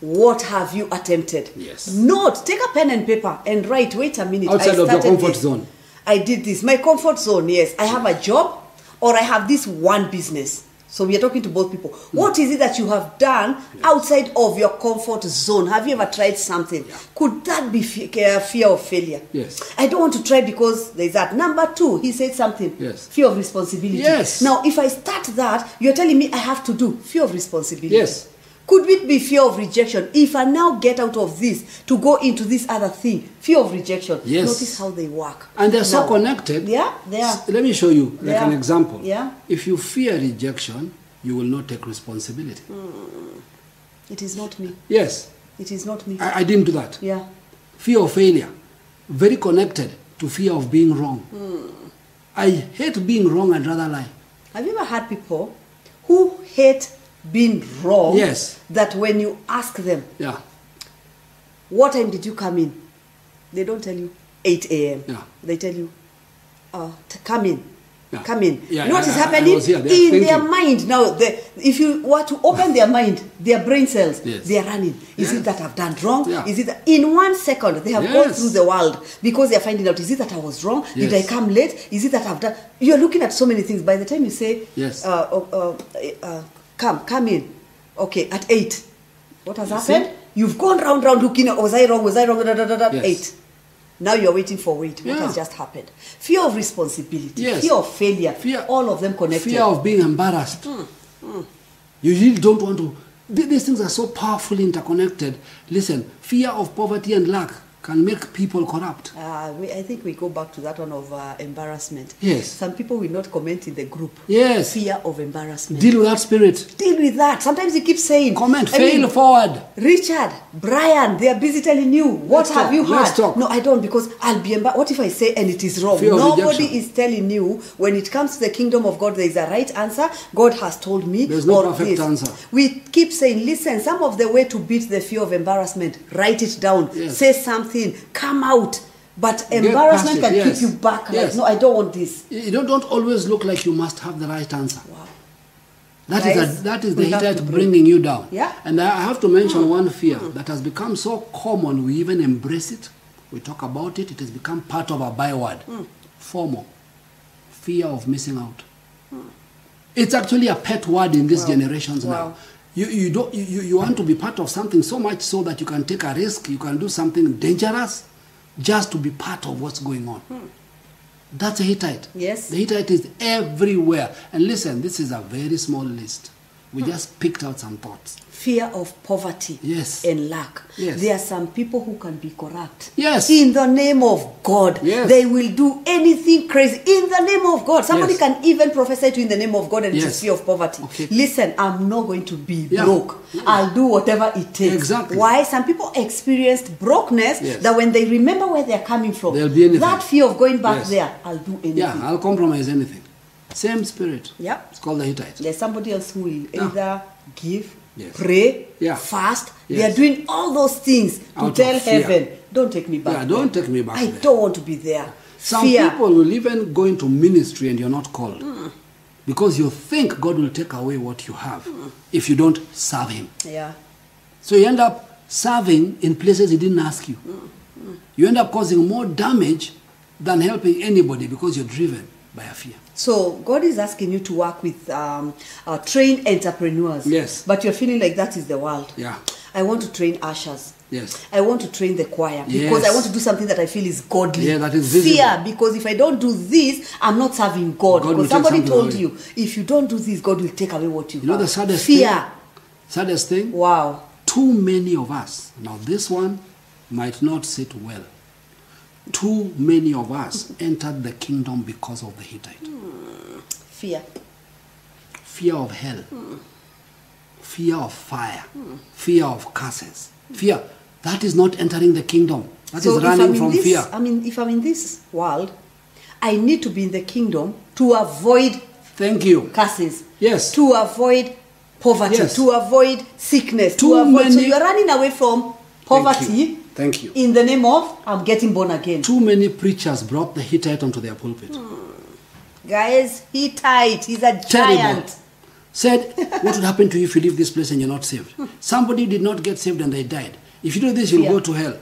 What have you attempted? Yes. Not take a pen and paper and write. Wait a minute. Outside of your started comfort this. zone. I did this. My comfort zone. Yes. I have a job, or I have this one business. So we are talking to both people. Hmm. What is it that you have done outside of your comfort zone? Have you ever tried something? Could that be fe- fear of failure? Yes. I don't want to try because there's that. Number two, he said something. Yes. Fear of responsibility. Yes. Now, if I start that, you're telling me I have to do fear of responsibility. Yes. Could it be fear of rejection? If I now get out of this to go into this other thing, fear of rejection. Yes. Notice how they work. And they're so Now- connected. Yeah, they are. S- Let me show you They like an are. example. Yeah. If you fear rejection, you will not take responsibility. Mm. It is not me. Yes, It is not me. I, I didn't do that. yeah. Fear of failure, very connected to fear of being wrong. I hate being wrong. I'd rather lie. Have you ever had people who hate being wrong? Yes. That when you ask them, Yeah. What time did you come in? They don't tell you 8 a.m. Yeah. They tell you, uh, t- come in. Yeah. Come in. Yeah, you know what I- is I- I happening was here. They are in their thinking. mind now. The, if you were to open their mind, their brain cells, Yes. they are running. Is Yes. it that I've done wrong? Yeah. Is it that in one second they have gone Yes. through the world because they are finding out? Is it that I was wrong? Did I Yes. come late? Is it that I've done? You are looking at so many things. By the time you say, Yes. uh, oh, uh, uh, come, come in. Okay, at eight. What has You see? happened? You've gone round, round looking at was I wrong, was I wrong, da, da, da, da, Yes. eight. Now you're waiting for wait. What Yeah. has just happened? Fear of responsibility, Yes. fear of failure, Fear- all of them connected. Hmm, Fear of being embarrassed. You really don't want to Th- These things are so powerfully interconnected. Listen, fear of poverty and lack can make people corrupt. Uh, we, I think we go back to that one of uh, embarrassment. Yes. Some people will not comment in the group. Yes. Fear of embarrassment. Deal with that spirit. Deal with that. Sometimes you keep saying. Comment, I fail mean, forward. Richard, Brian, they are busy telling you what Let's have talk, you had. let's talk. No, I don't because I'll be embar- What if I say and it is wrong? Fear of Nobody rejection. is telling you when it comes to the kingdom of God, there is a right answer. God has told me. There's no or perfect this. answer. We keep saying, listen, some of the way to beat the fear of embarrassment, write it down, Yes. say something, come out. But past embarrassment it, can yes. keep you back. Like, Yes. no, I don't want this. You don't, don't always look like you must have the right answer. Wow. That is, Guys, a, that is the we have to Hittite break. bringing you down. Yeah. Mm. And I have to mention one fear that has become so common, we even embrace it. We talk about it, it has become part of our byword. Mm. FOMO, fear of missing out. It's actually a pet word in these generations Mm. Wow. now. You, you, don't, you- you, you want to be part of something so much so that you can take a risk, you can do something dangerous just to be part of what's going Mm. on. That's a Hittite. Yes. The Hittite is everywhere. And listen, this is a very small list. We just picked out some thoughts. fear of poverty Yes. and lack. Yes. There are some people who can be corrupt. Yes. In the name of God. Yes. They will do anything crazy in the name of God. Somebody Yes. can even prophesy to you in the name of God and it Yes. is fear of poverty. Okay. Listen, I'm not going to be Yeah. broke. I'll do whatever it takes. Exactly. Why? Some people experienced brokenness Yes. that when they remember where they're coming from, There'll be anything. that fear of going back Yes. there, I'll do anything. Yeah, I'll compromise anything. Same spirit. Yep. It's called the Hittite. There's somebody else who will Yeah. either give, Ah. Yes. pray, Yeah. fast. Yes. They are doing all those things to Out of tell fear. heaven, don't take me back. Yeah, don't there. take me back I there." don't want to be there. Some fear. people will even go into ministry and you're not called because you think God will take away what you have if you don't serve Him. Yeah. So you end up serving in places He didn't ask you. You end up causing more damage than helping anybody because you're driven by a fear. So God is asking you to work with um, uh, trained entrepreneurs. Yes. But you're feeling like that is the world. Yeah. I want to train ushers. Yes. I want to train the choir because Yes. I want to do something that I feel is godly. Yeah, that is visible. fear because if I don't do this, I'm not serving God. God will because take somebody something told away. you, if you don't do this, God will take away what you, You know have. the saddest fear. thing? Saddest thing? Wow. Too many of us, now this one might not sit well. Too many of us entered the kingdom because of the Hittite. Fear. Fear of hell, fear of fire, fear of curses, fear. That is not entering the kingdom. That is so if I'm running in from this, fear. I mean, if I'm in this world, I need to be in the kingdom to avoid Thank you. curses. Yes. To avoid poverty, Yes. to avoid sickness, Too to avoid. So many- you're running away from poverty. you. Thank you. In the name of I'm getting born again. Too many preachers brought the Hittite onto their pulpit. Guys, he tight. He's a giant. Said, what would happen to you if you leave this place and you're not saved? Somebody did not get saved and they died. If you do this, you'll Yeah. go to hell.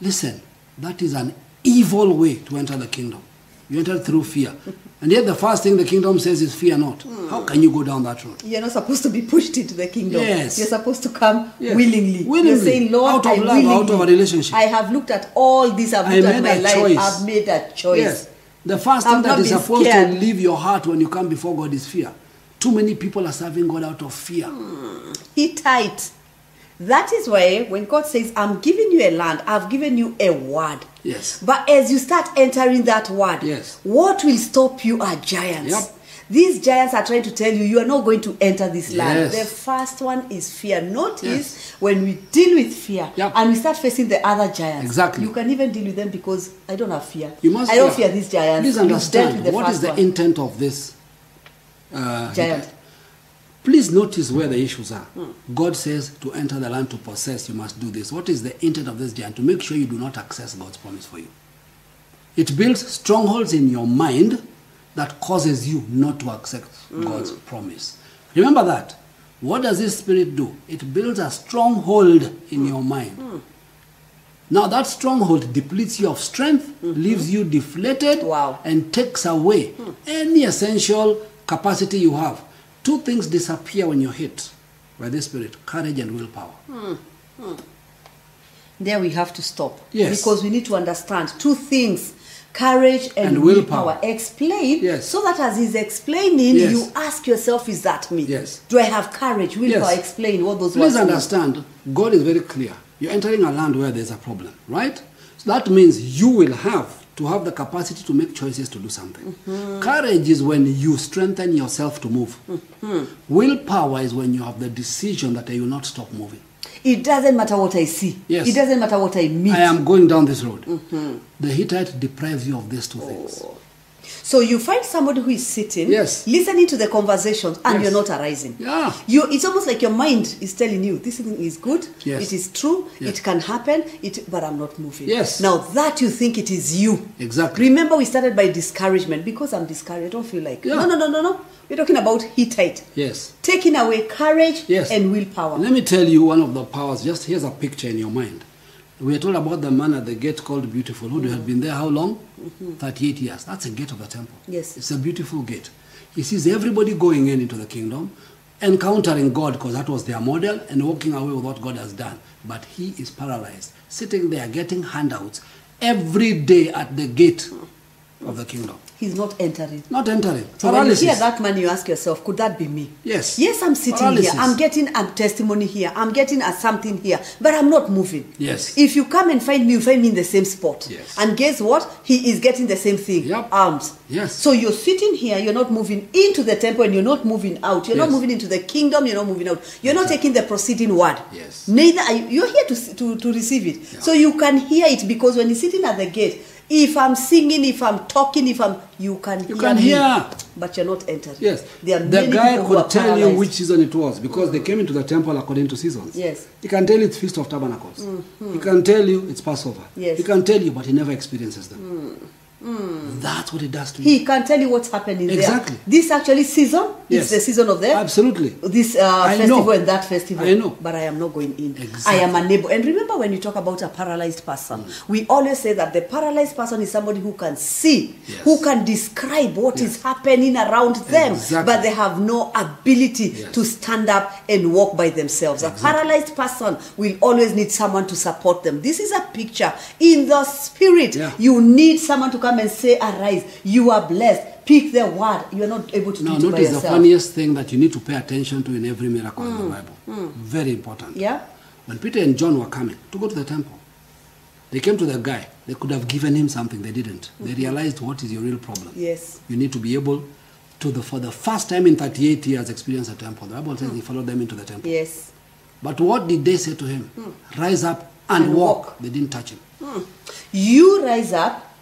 Listen, that is an evil way to enter the kingdom. You enter through fear. And yet, the first thing the kingdom says is fear not. How can you go down that road? You're not supposed to be pushed into the kingdom. Yes. You're supposed to come Yes. willingly. You're Willingly. saying, Lord, Out of I love, willingly. out of a relationship. I have looked at all this. I've I looked at made my a life. choice. I've made a choice. Yes. The first I've thing not that is been supposed scared. to leave your heart when you come before God is fear. Too many people are serving God out of fear. He tight. That is why when God says, I'm giving you a land, I've given you a word. Yes. But as you start entering that word, Yes. what will stop you are giants. Yep. These giants are trying to tell you you are not going to enter this land. Yes. The first one is fear. Notice Yes. when we deal with fear Yep. and we start facing the other giants. Exactly. You can even deal with them because I don't have fear. You must I don't yeah. fear these giants. Please You've dealt understand with the what first is the one. intent of this uh, Giant. Hittite. Please notice where the issues are. God says to enter the land to possess, you must do this. What is the intent of this giant? To make sure you do not access God's promise for you. It builds strongholds in your mind that causes you not to accept God's promise. Remember that. What does this spirit do? It builds a stronghold in your mind. Now that stronghold depletes you of strength, leaves you deflated, Wow. and takes away any essential capacity you have. Two things disappear when you're hit by this spirit: courage and willpower. There we have to stop. Yes. Because we need to understand two things. courage and, And willpower. willpower. Explain Yes. so that as he's explaining, Yes. you ask yourself, is that me? Yes. Do I have courage, willpower? Yes. Explain what those Please words mean. understand, God is very clear. You're entering a land where there's a problem, right? So that means you will have to have the capacity to make choices to do something. Courage is when you strengthen yourself to move. Willpower is when you have the decision that I will not stop moving. It doesn't matter what I see. Yes. It doesn't matter what I meet. I am going down this road. The Hittite deprives you of these two things. So you find somebody who is sitting, Yes. listening to the conversations, and Yes. you're not arising. Yeah. You, it's almost like your mind is telling you this thing is good, Yes. it is true, Yes. it can happen, it, but I'm not moving. Yes. Now that you think it is you. Exactly. Remember, we started by discouragement because I'm discouraged. I don't feel like. Yeah. No, no, no, no, no. We're talking about Hittite. Yes. Taking away courage Yes. and willpower. Let me tell you one of the powers. Just here's a picture in your mind. We are told about the man at the gate called Beautiful, who had been there how long? 38 years. That's a gate of the temple. Mm-hmm. Yes. It's a beautiful gate. He sees everybody going in into the kingdom, encountering God because that was their model, and walking away with what God has done. But he is paralyzed, sitting there getting handouts every day at the gate of the kingdom. He's not entering. Not entering. So when you hear Paralysis. that man, you ask yourself, could that be me? Yes. Yes, I'm sitting Paralysis. here. I'm getting a testimony here. I'm getting a something here, but I'm not moving. Yes. If you come and find me, you find me in the same spot. Yes. And guess what? He is getting the same thing. Yep. Arms. Yes. So you're sitting here. You're not moving into the temple, and you're not moving out. You're not Yes. moving into the kingdom. You're not moving out. You're not taking the proceeding word. Yes. Neither are you. You're here to s- to, to receive it. Yeah. So you can hear it because when you're sitting at the gate. If I'm singing, if I'm talking, if I'm you can You hear can me, hear. but you're not entering. Yes. There are the many guy people who are could tell you paralyzed. which season it was because they came into the temple according to seasons. Yes. Mm-hmm. He can tell it's Feast of Tabernacles. He can tell you it's Passover. Yes. Mm. He can tell you, but he never experiences them. That's what it does to you. He can tell you what's happening Exactly. there. This actually season Yes. is the season of the Absolutely. This uh, I festival know. and that festival. I know. But I am not going in. Exactly. Mm. I am unable. And remember when you talk about a paralyzed person, we always say that the paralyzed person is somebody who can see, Yes. who can describe what is happening around them, Exactly. but they have no ability Yes. to stand up and walk by themselves. A paralyzed person will always need someone to support them. This is a picture in the spirit. Yeah. You need someone to come and say, Arise, you are blessed. Pick the word. You are not able to Now, do it by notice the yourself. Mm. funniest thing that you need to pay attention to in every miracle in the Bible. Very important. Yeah. When Peter and John were coming to go to the temple, they came to the guy. They could have given him something, they didn't. They Mm-hmm. realized what is your real problem. Yes. You need to be able to, the, for the first time in 38 years, experience a temple. The Bible says he followed them into the temple. Yes. But what did they say to him? Rise up and, Hmm. And walk. walk. They didn't touch him. You rise up,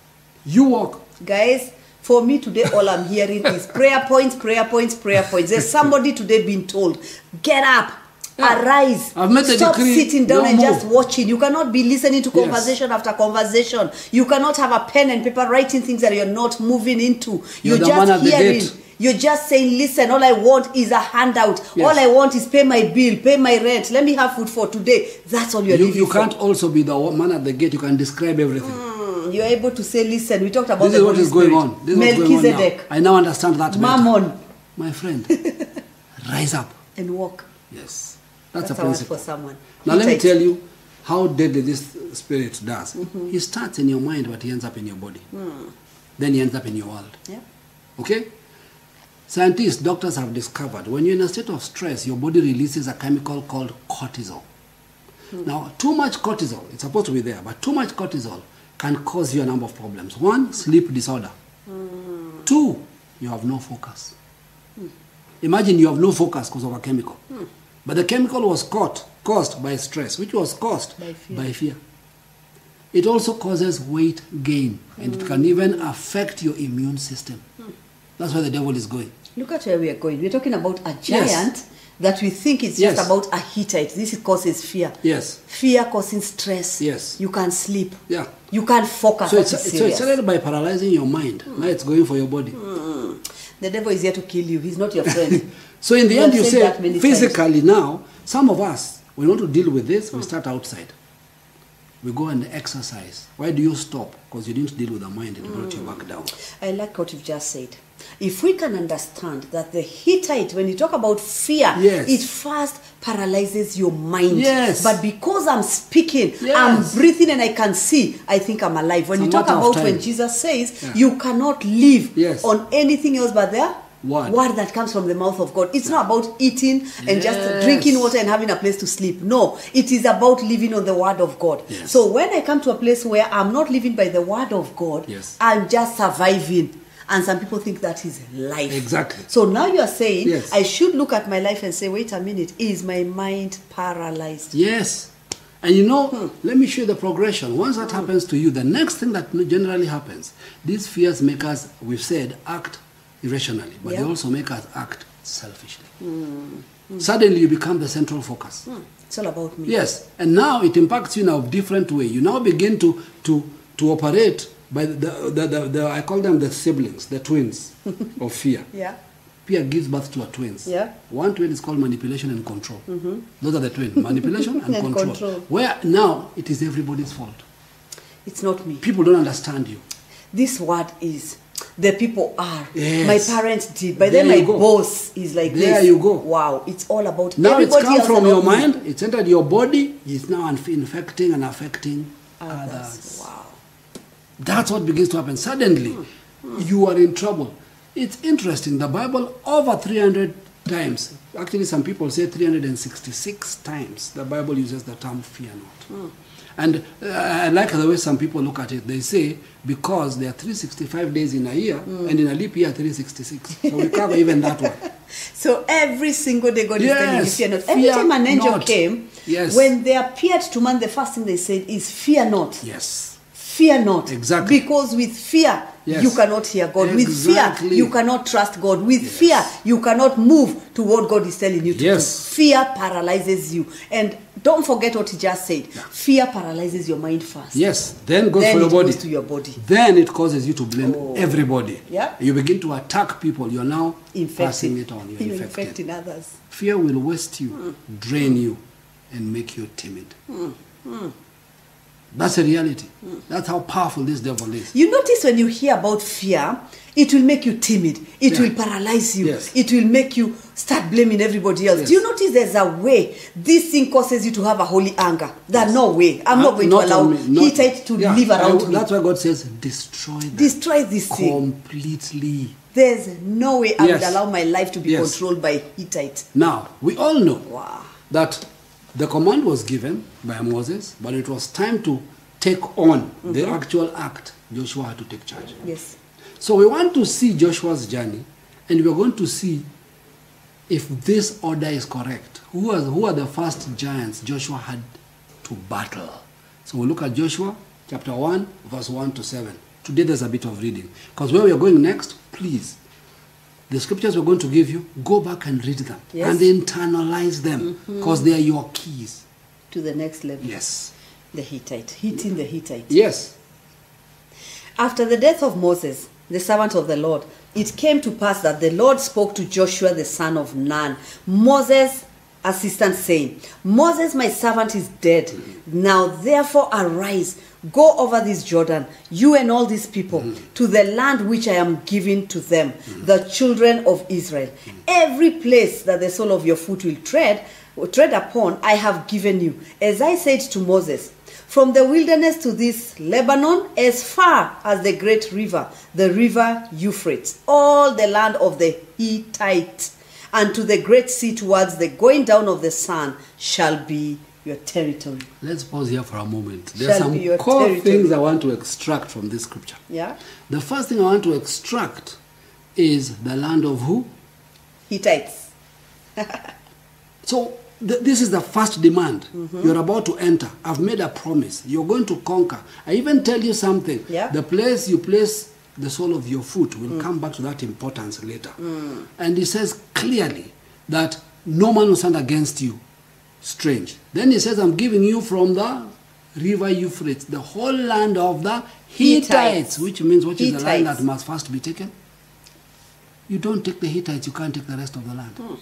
You walk. guys. For me today, all I'm hearing is prayer points, prayer points, prayer points. There's somebody today being told, get up. Yeah. Arise. I've made the Stop decree, sitting down no and just more. watching. You cannot be listening to Yes. conversation after conversation. You cannot have a pen and paper writing things that you're not moving into. You're You're, the man at just the hearing. gate. You're just saying, listen, all I want is a handout. Yes. All I want is pay my bill, pay my rent. Let me have food for today. That's all you're You, living you for. Hmm. can't also be the man at the gate. You can describe everything. Mm, You're able to say, listen, we talked about This the is what Holy is going Spirit. on. This is what's going on now. Melchizedek I now understand that. better. Mammon. (laughs) My friend, rise up. and walk. Yes. That's, That's a a word principle. for someone. Now, let me Hittite. tell you how deadly this spirit does. Mm-hmm. He starts in your mind, but he ends up in your body. Hmm. Then he ends up in your world. Yeah. Okay? Scientists, doctors have discovered when you're in a state of stress, your body releases a chemical called cortisol. Now, too much cortisol, it's supposed to be there, but too much cortisol can cause you a number of problems. One, sleep disorder. Mm. Two, you have no focus. Imagine you have no focus because of a chemical. Mm. But the chemical was caught, caused by stress, which was caused By fear. By fear. It also causes weight gain and it Mm. can even affect your immune system. That's where the devil is going. Look at where we are going. We're talking about a giant that we think is just Yes. about a Hittite. This causes fear. Yes. Fear causing stress. Yes. You can't sleep. Yeah. You can't focus. So That it's, is so it serious. Mm. started by paralyzing your mind. Now it's going for your body. the devil is here to kill you. He's not your (laughs) friend. So in the We end, have you said say that many Hmm. physically now, some of us, we want to deal with this, we start outside. We go and exercise. Why do you stop? Because you didn't deal with the mind, it brought you Hmm. back down. I like what you've just said. If we can understand that the Hittite, when you talk about fear, Yes. it first paralyzes your mind. Yes. But because I'm speaking, Yes. I'm breathing, and I can see, I think I'm alive. When It's you a talk matter of about when time. Jesus says, Yeah. you cannot live Yes. on anything else but the Word. that comes from the mouth of God. It's not about eating and Yes. just drinking water and having a place to sleep. No, it is about living on the word of God. Yes. So when I come to a place where I'm not living by the word of God, Yes. I'm just surviving. And some people think that is life. Exactly. So now you are saying Yes. I should look at my life and say, wait a minute, is my mind paralyzed? Yes. And you know, Hmm. let me show you the progression. Once that happens to you, the next thing that generally happens, these fears make us, we've said, act irrationally, but they Yeah. Hmm. also make us act selfishly. Suddenly you become the central focus. It's all about me. Yes, and now it impacts you in a different way. You now begin to to to operate by the the, the, the I call them the siblings, (laughs) the twins of fear. Yeah. Fear gives birth to a twins. Yeah. Mm-hmm. One twin is called manipulation and control. Those are the (laughs) twins, manipulation and, And control. control. Where now it is everybody's fault. It's not me. People don't understand you. This word is. The people are. Yes. My parents did. By There then my you go. boss is like There this. you go. Wow. It's all about Now it's everybody come else from and your not me. mind, it's entered your body, it's now inf- infecting and affecting Others. others. Wow. That's what begins to happen. Suddenly, you are in trouble. It's interesting. The Bible over 300 times. Actually, some people say 366 times. The Bible uses the term fear not. Hmm. And uh, I like the way some people look at it. They say because there are 365 days in a year, Hmm. and in a leap year 366. So we cover even that (laughs) one. So every single day God is telling you Yes, fear not. Every fear time an angel not. came, Yes. when they appeared to man, the first thing they said is fear not. Yes. Fear not. Exactly. Because with fear, Yes. you cannot hear God. With fear, Exactly. you cannot trust God. With Yes. fear, you cannot move to what God is telling you to Yes. do. Fear paralyzes you. And don't forget what he just said. Yeah. Fear paralyzes your mind first. Yes. Then goes Then for your it body. goes to your body. Then it causes you to blame Oh. everybody. Yeah. You begin to attack people. You're now Infecting. passing (laughs) it on. You're, You're infected. infecting others. Fear will waste you, drain you, and make you timid. That's a reality. That's how powerful this devil is. You notice when you hear about fear, it will make you timid. It Yeah. will paralyze you. Yes. It will make you start blaming everybody else. Do you Yes. notice there's a way this thing causes you to have a holy anger? That no way. I'm not going to on allow me, Uh, not- Hittite to Yeah, live I- around me. That's why God says, destroy them Destroy this thing. completely. There's no way I Yes. would allow my life to be Yes. controlled by Hittite. Now, we all know Wow. that the command was given by Moses, but it was time to take on Mm-hmm. the actual act. Joshua had to take charge. Yes. So we want to see Joshua's journey, and we're going to see if this order is correct. Who are, who are the first giants Joshua had to battle? So we look at Joshua chapter 1, verse 1 to 7. Today there's a bit of reading. Because where we are going next, please, the scriptures we're going to give you, go back and read them Yes. Mm-hmm. and internalize them because they are your keys. To the next level. Yes. The Hittite. Hitting the Hittite. Yes. After the death of Moses, the servant of the Lord, it came to pass that the Lord spoke to Joshua the son of Nun, Moses' assistant, saying, Moses, my servant, is dead. Now therefore arise, go over this Jordan, you and all these people, to the land which I am giving to them, the children of Israel. Every place that the sole of your foot will tread, tread upon, I have given you, as I said to Moses. From the wilderness to this Lebanon, as far as the great river, the river Euphrates, all the land of the Hittite, and to the great sea towards the going down of the sun shall be your territory. Let's pause here for a moment. There's Shall be some your core territory. things I want to extract from this scripture. Yeah? The first thing I want to extract is the land of who? Hittites. So th- this is the first demand. You're about to enter. I've made a promise. You're going to conquer. I even tell you something. Yeah. Mm. The place you place the sole of your foot will come back to that importance later. And it says clearly that no man will stand against you. Strange. Then he says, I'm giving you from the river Euphrates, the whole land of the Hittites, Hittites. which means what is the land Hittites. that must first be taken? You don't take the Hittites, you can't take the rest of the land. Hmm.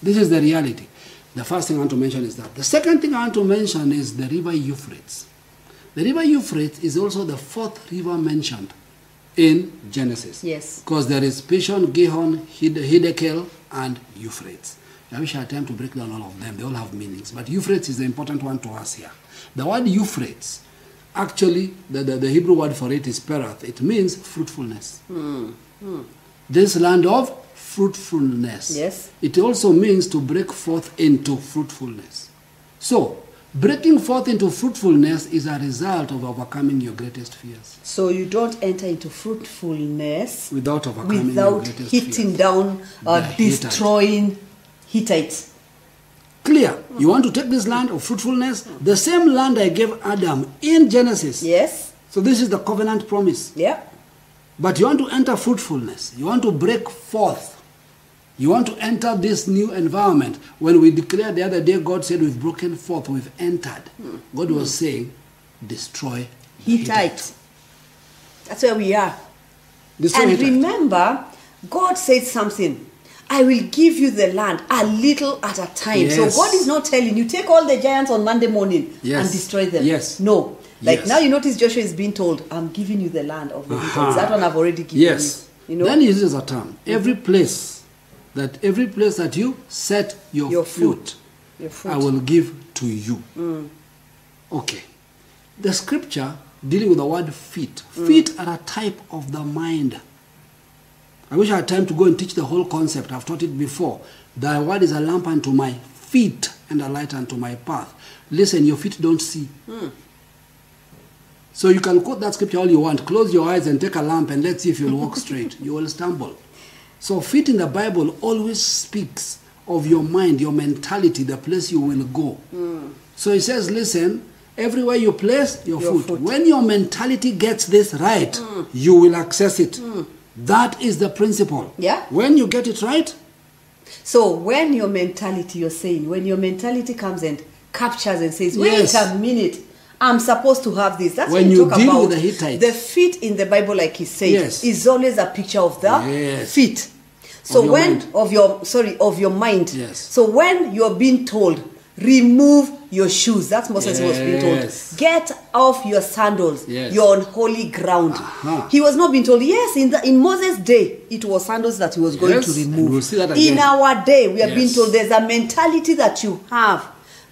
This is the reality. The first thing I want to mention is that. The second thing I want to mention is the river Euphrates. The river Euphrates is also the fourth river mentioned in Genesis. Yes. Because there is Pishon, Gihon, Hid- Hidekel, and Euphrates. I wish I had time to break down all of them. They all have meanings. But Euphrates is the important one to us here. The word Euphrates, actually, the, the, the Hebrew word for it is Perath. It means fruitfulness. This land of fruitfulness. Yes. It also means to break forth into fruitfulness. So, breaking forth into fruitfulness is a result of overcoming your greatest fears. So you don't enter into fruitfulness Without overcoming your without greatest hitting fears. down The or Hittite. destroying Hittites. Clear. You want to take this land of fruitfulness, the same land I gave Adam in Genesis. Yes. So this is the covenant promise. Yeah. But you want to enter fruitfulness. You want to break forth. You want to enter this new environment. When we declared the other day, God said, We've broken forth, we've entered. God was saying, Destroy the Hittite. That's where we are. Destroy And Hittite. remember, God said something. I will give you the land a little at a time. Yes. So God is not telling you take all the giants on Monday morning Yes. and destroy them. Yes. No. Like Yes. now you notice Joshua is being told, I'm giving you the land of the Aha. Hittites. That one I've already given yes. you. You know? Then he uses a term. Every place that every place that you set your, Your foot, foot. Your foot. Mm. I will give to you. Okay. The scripture dealing with the word feet. Feet Mm. are a type of the mind. I wish I had time to go and teach the whole concept. I've taught it before. The word is a lamp unto my feet and a light unto my path. Listen, your feet don't see. So you can quote that scripture all you want. Close your eyes and take a lamp and let's see if you'll walk straight. You will stumble. So feet in the Bible always speaks of your mind, your mentality, the place you will go. So he says, listen, everywhere you place your, Your foot. foot. When your mentality gets this right, you will access it. That is the principle. Yeah. When you get it right, So when your mentality, you're saying, when your mentality comes and captures and says, wait Yes. a minute, I'm supposed to have this. That's When when you talk deal about with the Hittites. The feet in the Bible, like he said, Yes. is always a picture of the Yes. feet. So your when mind. of your sorry of your mind. Yes. So when you're being told, remove your shoes. That's Moses was being Yes. told. Get off your sandals. Yes. Uh-huh. You're on holy ground. Aha. He was not being told. Yes, in the, in Moses' day, it was sandals that he was going Yes, to and remove. we'll see that In again. our day, we are being Yes. told there's a mentality that you have.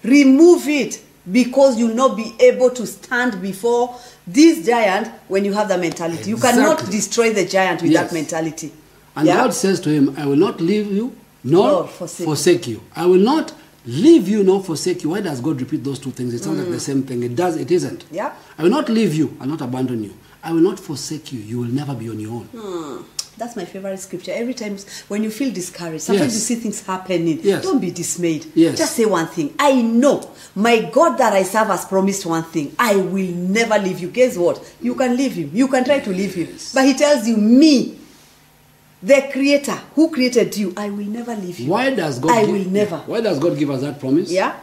Remove it because you'll not be able to stand before this giant when you have that mentality. You cannot Exactly. destroy the giant with Yes. that mentality. and Yeah? God says to him, I will not leave you nor Nor forsake, forsake you. I will not leave you nor forsake you. Why does God repeat those two things? It sounds like the same thing. It does, it isn't. Mm. Yeah. I will not leave you, I'll not abandon you. I will not forsake you. You will never be on your own. Mm. That's my favorite scripture. Every time when you feel discouraged, sometimes Yes. you see things happening. Yes. Don't be dismayed. Yes. Just say one thing. I know my God that I serve has promised one thing. I will never leave you. Guess what? You can leave him. You can try to leave him. Yes. But he tells you, me, the creator who created you, I will never leave you. Why does God I give, will never. Why does God give us that promise? Yeah?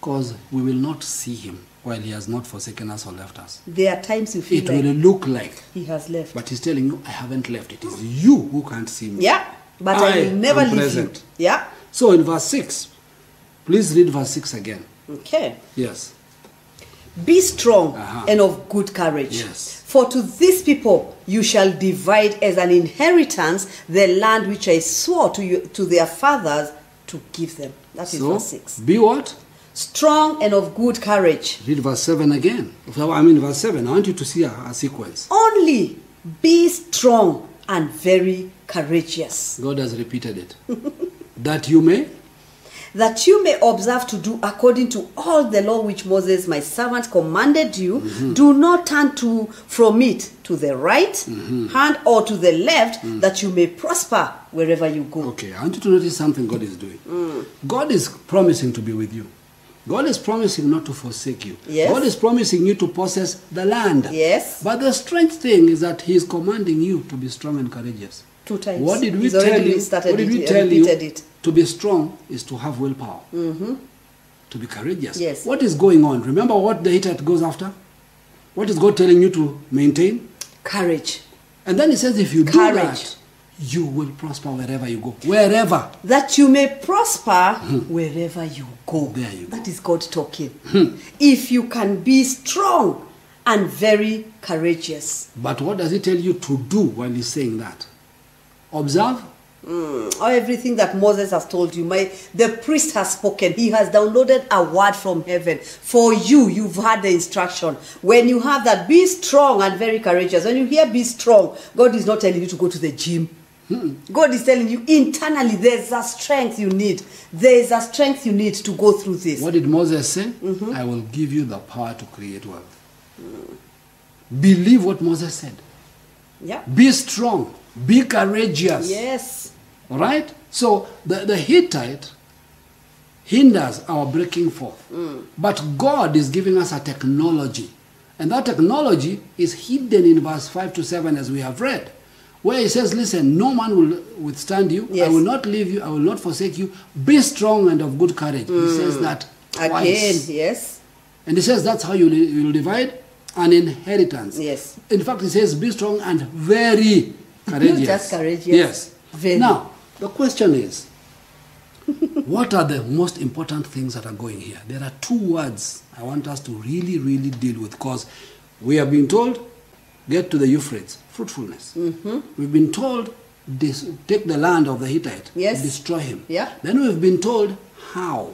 Because we will not see him while he has not forsaken us or left us. There are times you feel It like will look like he has left. But he's telling you, I haven't left. It is you who can't see me. yeah? But I, will am never leave present. you. Yeah? So in verse 6, please read verse 6 again. Okay. Yes. Be strong Uh-huh. and of good courage. Yes. For to this people you shall divide as an inheritance the land which I swore to you to their fathers to give them. That is so verse six. be what? Strong and of good courage. Read verse 7 again. So, I mean, verse 7. I want you to see a, a sequence. Only be strong and very courageous, God has (laughs) repeated it. that you may. that you may observe to do according to all the law which Moses my servant commanded you. Mm-hmm. Do not turn to from it to the right Mm-hmm. hand or to the left, that you may prosper wherever you go. Mm. Okay, I want you to notice something God is doing. Mm. God is promising to be with you. God is promising not to forsake you. Yes. God is promising you to possess the land. Yes. But the strange thing is that He is commanding you to be strong and courageous. Two times. What did we He's tell already you? started what did it, we he tell you? repeated it. Mm-hmm. To be strong is to have willpower. To be courageous. Yes. What is going on? Remember what the Hittite goes after. What is God telling you to maintain? Courage. And then He says, if you Courage. do that, you will prosper wherever you go. Wherever. That you may prosper Hmm. wherever you go. There you go. Hmm. That is God talking. if you can be strong and very courageous. But what does he tell you to do while he's saying that? Observe. Or everything that Moses has told you, my the priest has spoken. He has downloaded a word from heaven for you. You've had the instruction. When you have that, be strong and very courageous. When you hear be strong, God is not telling you to go to the gym. God is telling you internally there's a strength you need. There is a strength you need to go through this. What did Moses say? Mm-hmm. I will give you the power to create wealth. Believe what Moses said. Yeah. Be strong. Be courageous. Yes. All right? So the, the Hittite hinders our breaking forth. Mm. But God is giving us a technology. And that technology is hidden in verse 5 to 7 as we have read. Where he says, Listen, no man will withstand you. I Yes. will not leave you. I will not forsake you. Be strong and of good courage. He says that Mm. Again, twice. yes. And he says that's how you, li- you will divide an inheritance. Yes. In fact, he says be strong (laughs) and very courageous. just courageous, Yes. very. Now, the question is (laughs) what are the most important things that are going here? There are two words I want us to really, really deal with because we have been told get to the Euphrates, fruitfulness. Mm-hmm. We've been told dis- take the land of the Hittite, Yes. destroy him. Yeah. Mm. Then we've been told how.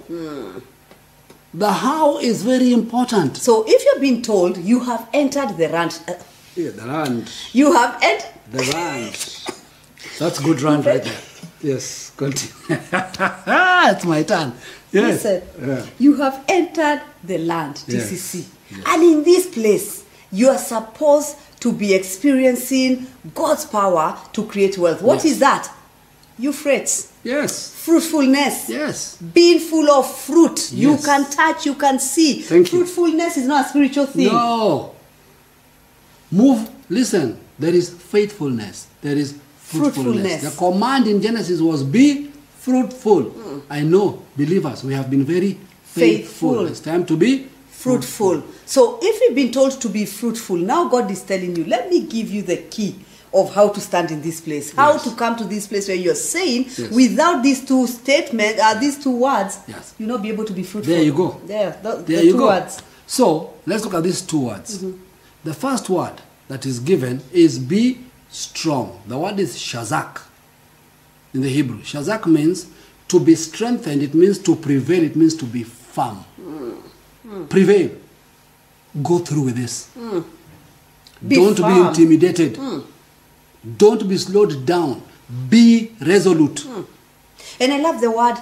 The how is very important. So if you've been told you have entered the ranch, uh, Yeah, the land. you have entered. The land. That's good run right there. Yes, continue. (laughs) it's my turn. Yes. Listen, Yeah. you have entered the land, TCC. Yes. And in this place, you are supposed to be experiencing God's power to create wealth. What is Yes. that? Euphrates, Yes. fruitfulness. Yes. Being full of fruit. You Yes. can touch, you can see. Thank you. Fruitfulness is not a spiritual thing. No. Move. Listen. There is faithfulness. There is fruitfulness. Fruitfulness. The command in Genesis was be fruitful. I know, believers, we have been very Hmm. faithful. Faithful. It's time to be fruitful. So if you've been told to be fruitful, now God is telling you, let me give you the key of how to stand in this place, how Yes. to come to this place where you're saying, Yes. without these two statements, uh, these two words, Yes. you'll not be able to be fruitful. There you go. There, tho- the There two you go. words. Mm-hmm. So let's look at these two words. The first word that is given is be strong. The word is shazak in the Hebrew. Shazak means to be strengthened, it means to prevail, it means to be firm. Mm-hmm. Prevail. Go through with this. Mm-hmm. Be Don't firm. Mm-hmm. be intimidated. Don't be slowed down. Be resolute. Mm-hmm. And I love the word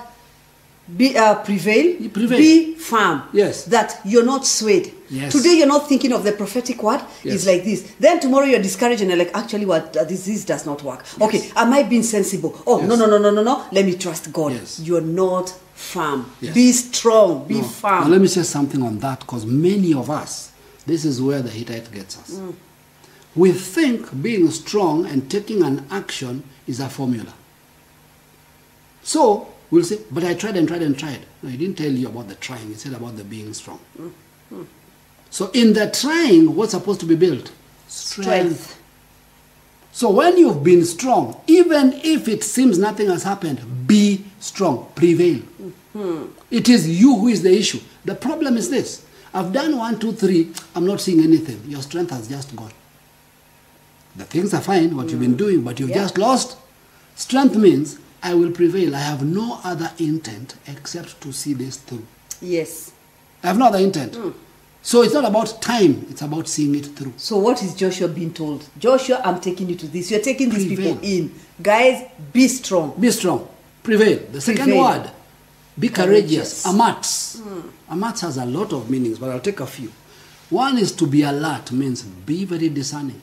be uh, prevail, You prevail. be firm. Yes. That you're not swayed. Yes. Today you're not thinking of the prophetic word. It's Yes. like this. Then tomorrow you're discouraged and you're like, actually, what uh, this, this does not work. Okay, am I being sensible? Oh no, Yes. no, no, no, no, no. Let me trust God. Yes. You're not firm. Yes. Be strong. Be No. firm. Now, let me say something on that because many of us, this is where the Hittite gets us. Mm. We think being strong and taking an action is a formula. So we'll say, but I tried and tried and tried. No, he didn't tell you about the trying, he said about the being strong. Mm, So in the trying, what's supposed to be built? Strength. So when you've been strong, even if it seems nothing has happened, be strong, prevail. It is you who is the issue. The problem is this I've done one, two, three, I'm not seeing anything. Your strength has just gone. The things are fine, what you've been doing, but you've Yeah. just lost. Strength means I will prevail. I have no other intent except to see this through. Yes. I have no other intent. So it's not about time, it's about seeing it through. So what is Joshua being told? Joshua, I'm taking you to this. You're taking these Prevail. people in. Guys, be strong. Be strong. Prevail. The second Prevail. word, be courageous. Courageous. Mm. Amats. Amats has a lot of meanings, but I'll take a few. One is to be alert, means be very discerning.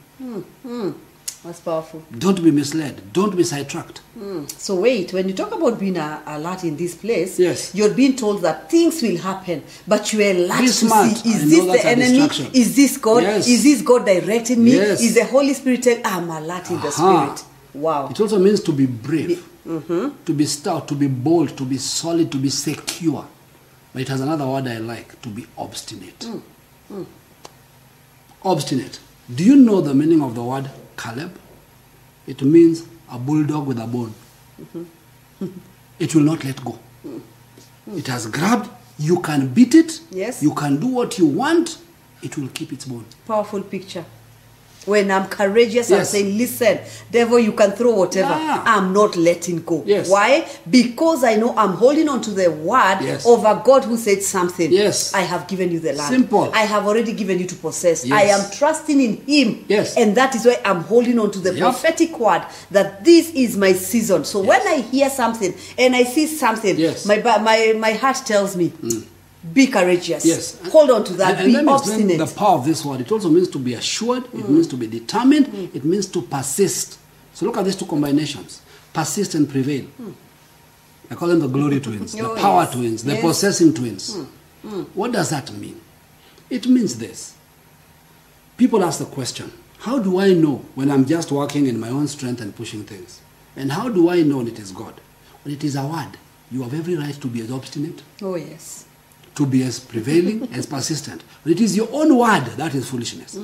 That's powerful. Don't be misled. Don't be sidetracked. Hmm. So wait, when you talk about being a, alert in this place, Yes. you're being told that things will happen, but you are alert Be to smart. see is I know this that's the a enemy? distraction. Is this God? Yes. Is this God directing me? Yes. Is the Holy Spirit telling I'm alert in the Aha. spirit? Wow. mm-hmm. It also means to be brave, to be stout, to be bold, to be solid, to be secure. But it has another word I like to be obstinate. Mm, Obstinate. Do you know the meaning of the word Caleb? It means a bulldog with a bone. Mm-hmm. (laughs) it will not let go. Mm. It has grabbed. You can beat it. Yes. You can do what you want. it will keep its bone. Powerful picture. When I'm courageous, I'm Yes. saying, listen, devil, you can throw whatever. Yeah. I'm not letting go. Yes. Why? Because I know I'm holding on to the word Yes. of a God who said something. Yes. I have given you the land. Simple. I have already given you to possess. I Yes. am trusting in Him. Yes. And that is why I'm holding on to the Yep. prophetic word that this is my season. So when I hear something and I see something, Yes. Mm. my, ba- my, my heart tells me, be courageous. Yes. Hold on to that. And, and let be me explain obstinate. Mm. the power of this word. It also means to be assured. It means to be determined. It means to persist. So look at these two combinations: persist and prevail. I call them the (laughs) glory twins, the Mm. Oh, power yes. twins, the Yes. Mm. possessing twins. What does that mean? It means this. People ask the question: How do I know when I'm just working in my own strength and pushing things? And how do I know it is God? Well, it is a word. You have every right to be as obstinate Oh, yes. to be as prevailing as persistent. But it is your own word that is foolishness.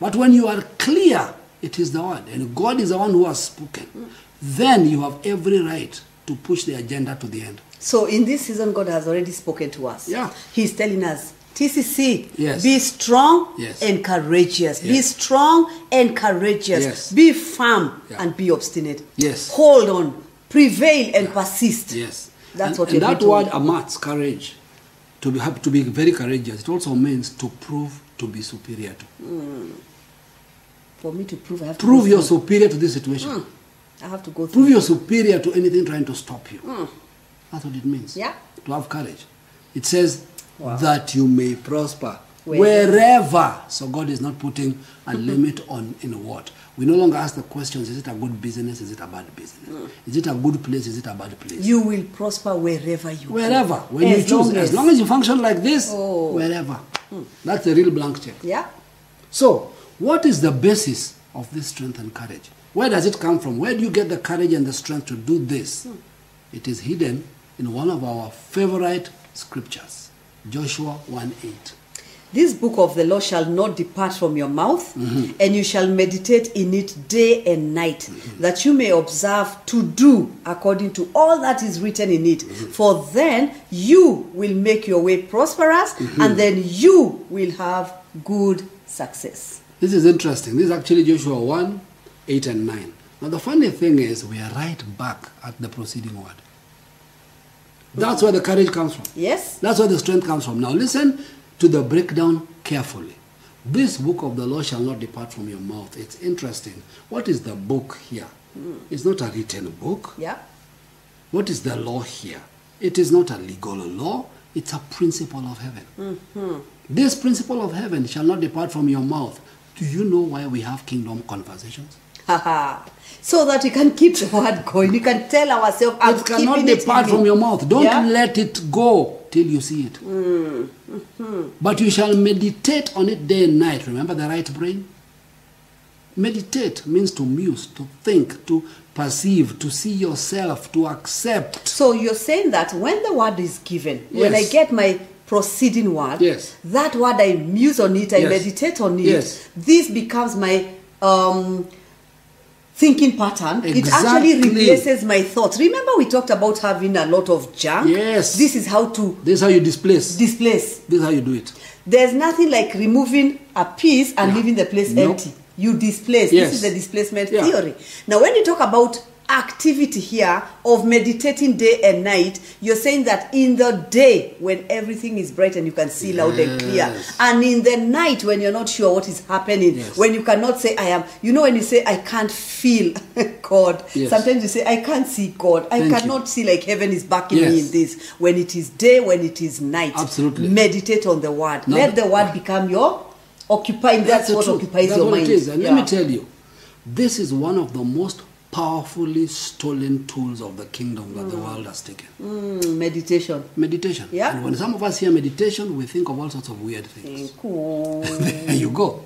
But when you are clear, it is the word, and God is the one who has spoken. Then you have every right to push the agenda to the end. So in this season, God has already spoken to us. Yeah. He's telling us, TCC, Yes. be strong Yes. and courageous. Be Yes. strong and courageous. Yes. Be firm Yeah. and be obstinate. Yes. Hold on, prevail and persist. Yes. That's and, what and you're that doing. word amats courage. To be hap- to be very courageous. It also means to prove to be superior to. For me to prove, I have Prove to you're superior to this situation. I have to go through. Prove you're superior to anything trying to stop you. That's what it means. Hmm. Yeah. To have courage. It says that you may prosper Wherever. wherever. So God is not putting (laughs) a limit on in what. We no longer ask the questions is it a good business? Is it a bad business? Is it a good place? Is it a bad place? Hmm. You will prosper wherever you go. wherever. When as you choose. long as long as you function like this, Oh. wherever. That's a real blank check. Yeah. So, what is the basis of this strength and courage? Where does it come from? Where do you get the courage and the strength to do this? It is hidden in one of our favorite scriptures, Joshua 1 8. This book of the law shall not depart from your mouth, Mm-hmm. and you shall meditate in it day and night, Mm-hmm. that you may observe to do according to all that is written in it. Mm-hmm. For then you will make your way prosperous, Mm-hmm. and then you will have good success. This is interesting. This is actually Joshua 1 8 and 9. Now, the funny thing is, we are right back at the preceding word. That's where the courage comes from. Yes? That's where the strength comes from. Now listen to the breakdown carefully. This book of the law shall not depart from your mouth. It's interesting. What is the book here? It's not a written book. Yeah? What is the law here? It is not a legal law, it's a principle of heaven. This principle of heaven shall not depart from your mouth. Do you know why we have kingdom conversations? Haha. so that we can keep the word going. You can tell ourselves, I'm it keeping cannot it in depart me." from your mouth. Don't Yeah? Mm, let it go till you see it. mm-hmm. But you shall meditate on it day and night. Remember the right brain? Meditate means to muse, to think, to perceive, to see yourself, to accept. So you're saying that when the word is given, when I Yes. get my proceeding word, Yes. that word I muse on it, I Yes. meditate on it. Yes. This becomes my um, thinking pattern. It Exactly. actually replaces my thoughts. Remember, we talked about having a lot of junk. Yes. This is how to This is how you displace. displace. This is how you do it. There's nothing like removing a piece and leaving the place Nope. empty. You displace. Yes. This is the displacement Yeah. theory. Now, when you talk about activity here of meditating day and night, you're saying that in the day when everything is bright and you can see loud and clear, Yes. and in the night when you're not sure what is happening, Yes. when you cannot say, I am, you know, when you say, I can't feel (laughs) God, Yes. sometimes you say, I can't see God, I Thank you. cannot see like heaven is backing me Yes. in this. When it is day, when it is night, Absolutely. meditate on the word. No, Let no. the word become your occupying. That's, the what truth. occupies That's your what mind. It is. And Yeah. let me tell you, this is one of the most powerfully stolen tools of the kingdom that the world has taken. Mm, (laughs) meditation. Meditation. Yeah. And when some of us hear meditation, we think of all sorts of weird things. Cool. (laughs) there you go.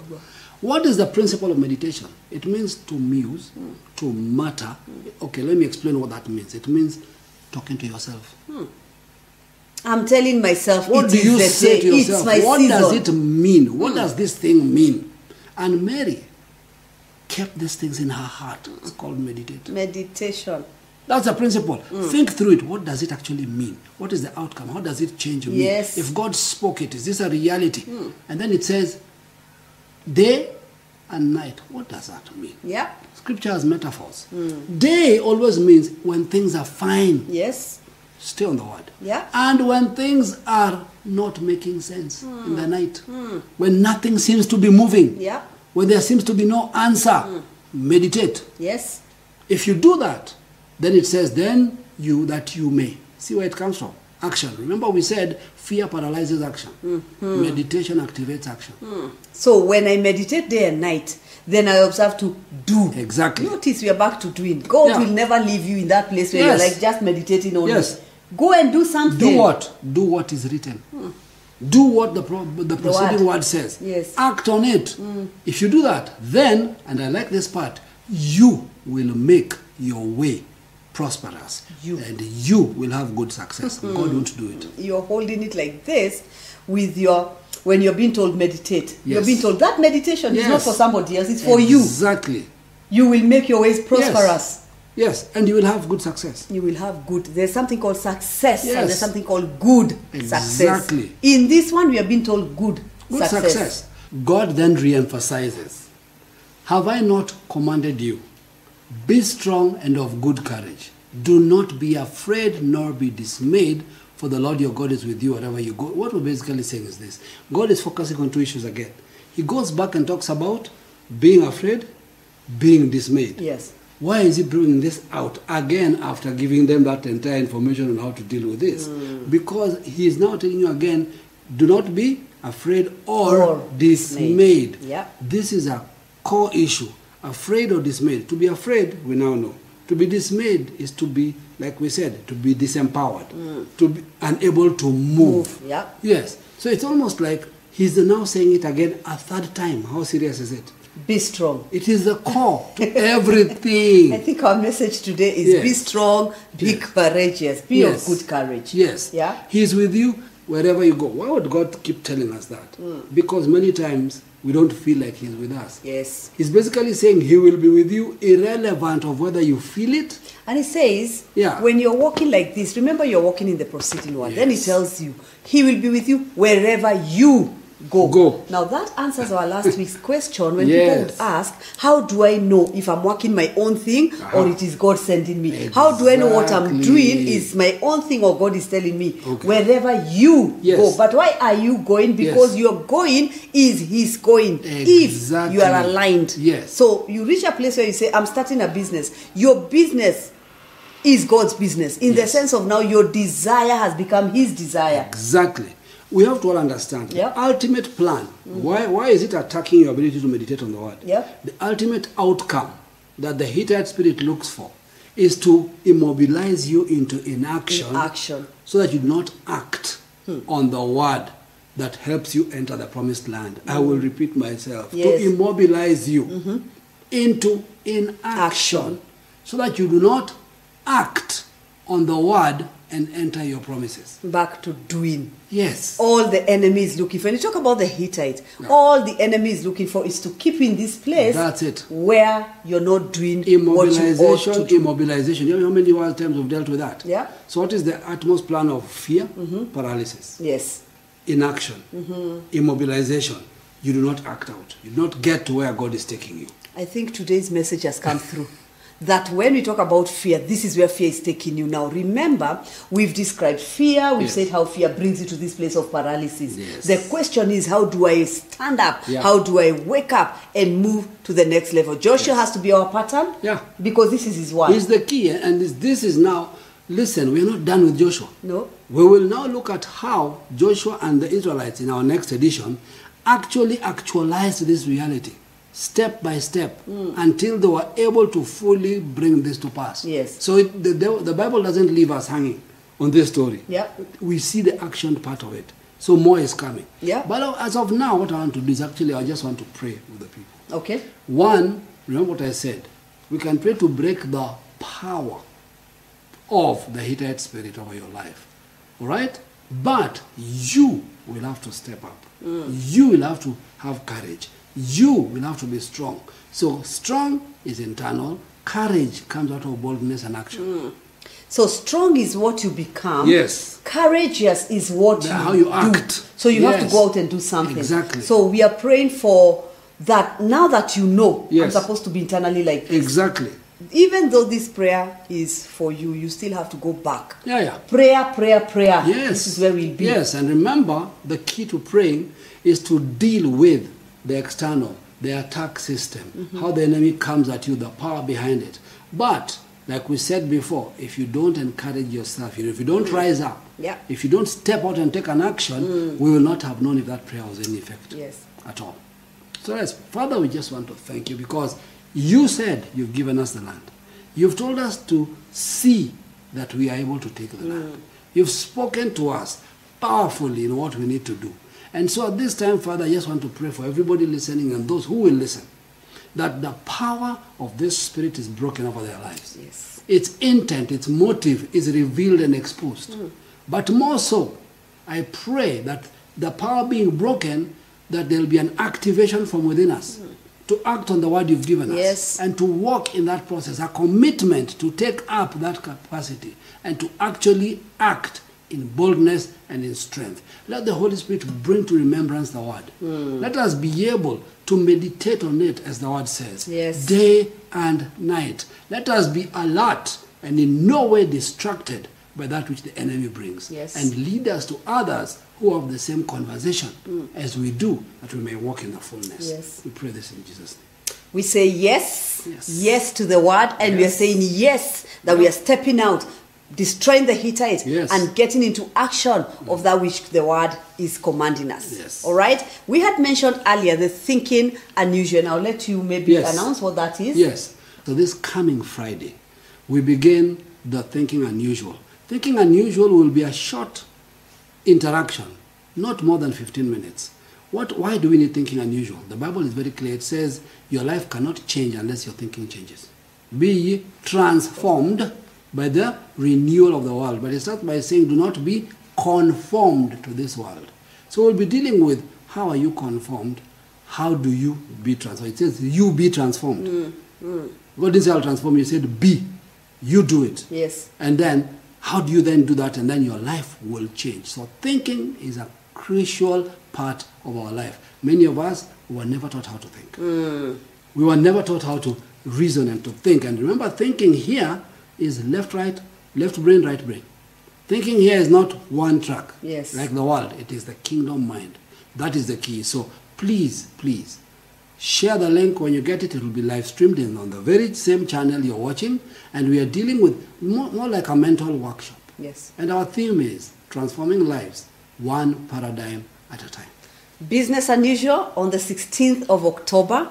What is the principle of meditation? It means to muse, to mutter. Okay, let me explain what that means. It means talking to yourself. I'm telling myself. What it do is you the say day. to yourself? It's my what season. does it mean? What does this thing mean? And Mary kept these things in her heart. It's called meditate. Meditation. That's a principle. Mm. Think through it. What does it actually mean? What is the outcome? How does it change me? Yes. Hmm. If God spoke it, is this a reality? And then it says, day and night. What does that mean? Yeah. Hmm. Scripture has metaphors. Day always means when things are fine. Yes. Stay on the word. Yeah. And when things are not making sense in the night, when nothing seems to be moving, Hmm. Yeah. Hmm. when there seems to be no answer, meditate. Yes. If you do that, then it says, then you that you may. See where it comes from. Action. Remember, we said fear paralyzes action. Mm-hmm. Meditation activates action. Mm. So when I meditate day and night, then I observe to do. Exactly. Notice we are back to doing. God Yeah. will never leave you in that place where you're Yes. like just meditating only. Yes. Go and do something. Do what? Do what is written. Do what the, pro- the Mm. preceding word. word says. Yes. Mm. Act on it. If you do that, then, and I like this part, you will make your way prosperous. You. Mm-hmm. And you will have good success. God won't do it. You're holding it like this with your when you're being told meditate. You're Yes. being told that meditation is not Yes. for somebody else, it's for you. Exactly. You will make your ways prosperous. Yes. yes, and you will have good success. you will have good. There's something called success, and Yes. there's something called good success. Exactly. In this one, we have been told good, Good success. God then re-emphasizes, Have I not commanded you? Be strong and of good courage. Do not be afraid nor be dismayed, for the Lord your God is with you wherever you go. What we're basically saying is this God is focusing on two issues again. He goes back and talks about being afraid, being dismayed. Yes. Why is he bringing this out again after giving them that entire information on how to deal with this? Hmm. Because he is now telling you again do not be afraid or, Or dismayed. dismayed. Yeah. This is a core issue. Afraid or dismayed. To be afraid, we now know. To be dismayed is to be, like we said, to be disempowered, to be unable to move. Mm. Move, yeah. Yes. So it's almost like he's now saying it again a third time. How serious is it? Be strong. It is the core (laughs) to everything. I think our message today is Yes. be strong, be Yes. courageous, be Yes. of good courage. Yes. Yeah. He's with you wherever you go. Why would God keep telling us that? Mm. Because many times we don't feel like He's with us. Yes. He's basically saying He will be with you irrelevant of whether you feel it. And it says, Yeah. when you're walking like this, remember you're walking in the proceeding one. Then it Yes. tells you, He will be with you wherever you go. Go. Now that answers our last (laughs) week's question when people Yes. would ask, How do I know if I'm working my own thing or Uh-huh. it is God sending me? How do I know what I'm Exactly. doing is my own thing or God is telling me? Okay. Wherever you Yes. go. But why are you going? Yes. Because your going is His going. If you are Exactly. aligned. Yes. So you reach a place where you say, I'm starting a business. Your business is God's business in the Yes. sense of now your desire has become His desire. Exactly. We have to all understand Yeah. the ultimate plan. Why, why is it attacking your ability to meditate on the word? Yeah. The ultimate outcome that the Hittite spirit looks for is to immobilize you into inaction, Inaction. so that you do not act on the word that helps you enter the promised land. I will repeat myself Yes. Mm-hmm. to immobilize you into inaction Action. so that you do not act on the word and enter your promises. Back to doing. Yes. All the enemy is looking for. When you talk about the Hittite, all the enemy is looking for is to keep you in this place That's it. where you're not doing what you ought immobilization, to do. immobilization. You know how many wild times we've dealt with that? Yeah. Mm-hmm. So what is the utmost plan of fear? Paralysis, Yes. inaction, Mm-hmm. immobilization. You do not act out. You do not get to where God is taking you. I think today's message has come through. That when we talk about fear, this is where fear is taking you now. Remember, we've described fear, we've Yes. said how fear brings you to this place of paralysis. Yes. The question is, how do I stand up? Yeah. How do I wake up and move to the next level? Joshua has to be our pattern Yeah. because this is his one. Is the key, eh? and this, this is now. Listen, we are not done with Joshua. No. We will now look at how Joshua and the Israelites in our next edition actually actualized this reality step by step Hmm. until they were able to fully bring this to pass. Yes. So it, the, the, the Bible doesn't leave us hanging on this story. Yeah. We see the action part of it. So more is coming. Yeah. But as of now, what I want to do is actually I just want to pray with the people. okay. One, remember what I said, we can pray to break the power of the Hittite spirit over your life. All right? But you will have to step up. You will have to have courage. You will have to be strong. So, strong is internal, Courage comes out of boldness and action. So strong is what you become. Yes. Courageous is what The- you how you do. act. So you have Yes. to go out and do something. Exactly. So we are praying for that now that you know Yes. I'm supposed to be internally like this. Exactly. Even though this prayer is for you, you still have to go back. Yeah, yeah. Prayer, prayer, prayer. Yes. This is where we'll be. Yes, and remember the key to praying is to deal with the external, the attack system, Mm-hmm. how the enemy comes at you, the power behind it. But like we said before, if you don't encourage yourself, you know, if you don't rise up, Mm. Yeah. Mm. if you don't step out and take an action, we will not have known if that prayer was any effect Yes. at all. So yes, Father, we just want to thank you because you said you've given us the land. You've told us to see that we are able to take the land. You've spoken to us powerfully in what we need to do. And so at this time, Father, I just want to pray for everybody listening and those who will listen that the power of this spirit is broken over their lives. Yes. Its intent, its motive is revealed and exposed. Hmm. But more so, I pray that the power being broken, that there'll be an activation from within us to act on the word you've given us Hmm. Yes. and to walk in that process, a commitment to take up that capacity and to actually act in boldness and in strength. Let the Holy Spirit bring to remembrance the word. Hmm. Let us be able to meditate on it, as the word says, Yes. day and night. Let us be alert and in no way distracted by that which the enemy brings. Yes. And lead us to others who have the same conversation as we do, that we may walk in the fullness. Mm. Yes. We pray this in Jesus' name. We say yes, Yes. yes, to the word, and we are saying yes that we are stepping out, destroying the Hittites, Yes. and getting into action of that which the word is commanding us. Yes. All right. We had mentioned earlier the thinking unusual, and I'll let you maybe Yes. announce what that is. Yes. So this coming Friday, we begin the Thinking Unusual. Thinking Unusual will be a short interaction, not more than 15 minutes. What, why do we need thinking unusual? The Bible is very clear. It says your life cannot change unless your thinking changes. Be ye transformed by the renewal of the world. But it starts by saying, do not be conformed to this world. So we'll be dealing with how are you conformed? How do you be transformed? It says you be transformed. God didn't say I'll transform you. He said be. You do it. Yes. And then, how do you then do that? And then your life will change. So, thinking is a crucial part of our life. Many of us were never taught how to think. Hmm. We were never taught how to reason and to think. And remember, thinking here is left, right, left brain, right brain. Thinking here is not one track. Yes. Like the world, it is the kingdom mind. That is the key. So please, please, share the link when you get it. It will be live streamed in on the very same channel you're watching. And we are dealing with more, more like a mental workshop. Yes. And our theme is transforming lives one paradigm at a time. Business Unusual on the 16th of October.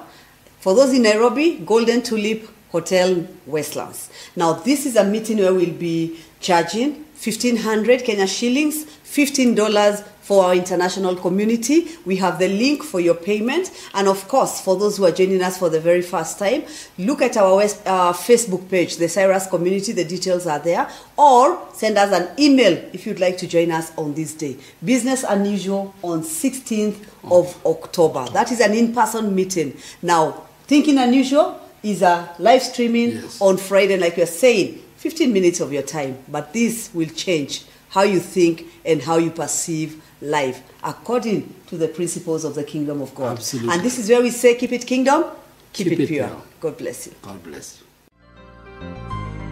For those in Nairobi, Golden Tulip Hotel Westlands. Now, this is a meeting where we'll be charging 1500 Kenya shillings, $15 for our international community. We have the link for your payment. And of course, for those who are joining us for the very first time, look at our West, uh, Facebook page, the Cyrus Community. The details are there. Or send us an email if you'd like to join us on this day. Business Unusual on 16th of October. That is an in person meeting. Now, Thinking Unusual is a live streaming Yes. on Friday, like you're saying, 15 minutes of your time. But this will change how you think and how you perceive life according to the principles of the kingdom of God. Absolutely. And this is where we say, keep it kingdom, keep, Keep it, it pure. pure. God bless you. God bless you.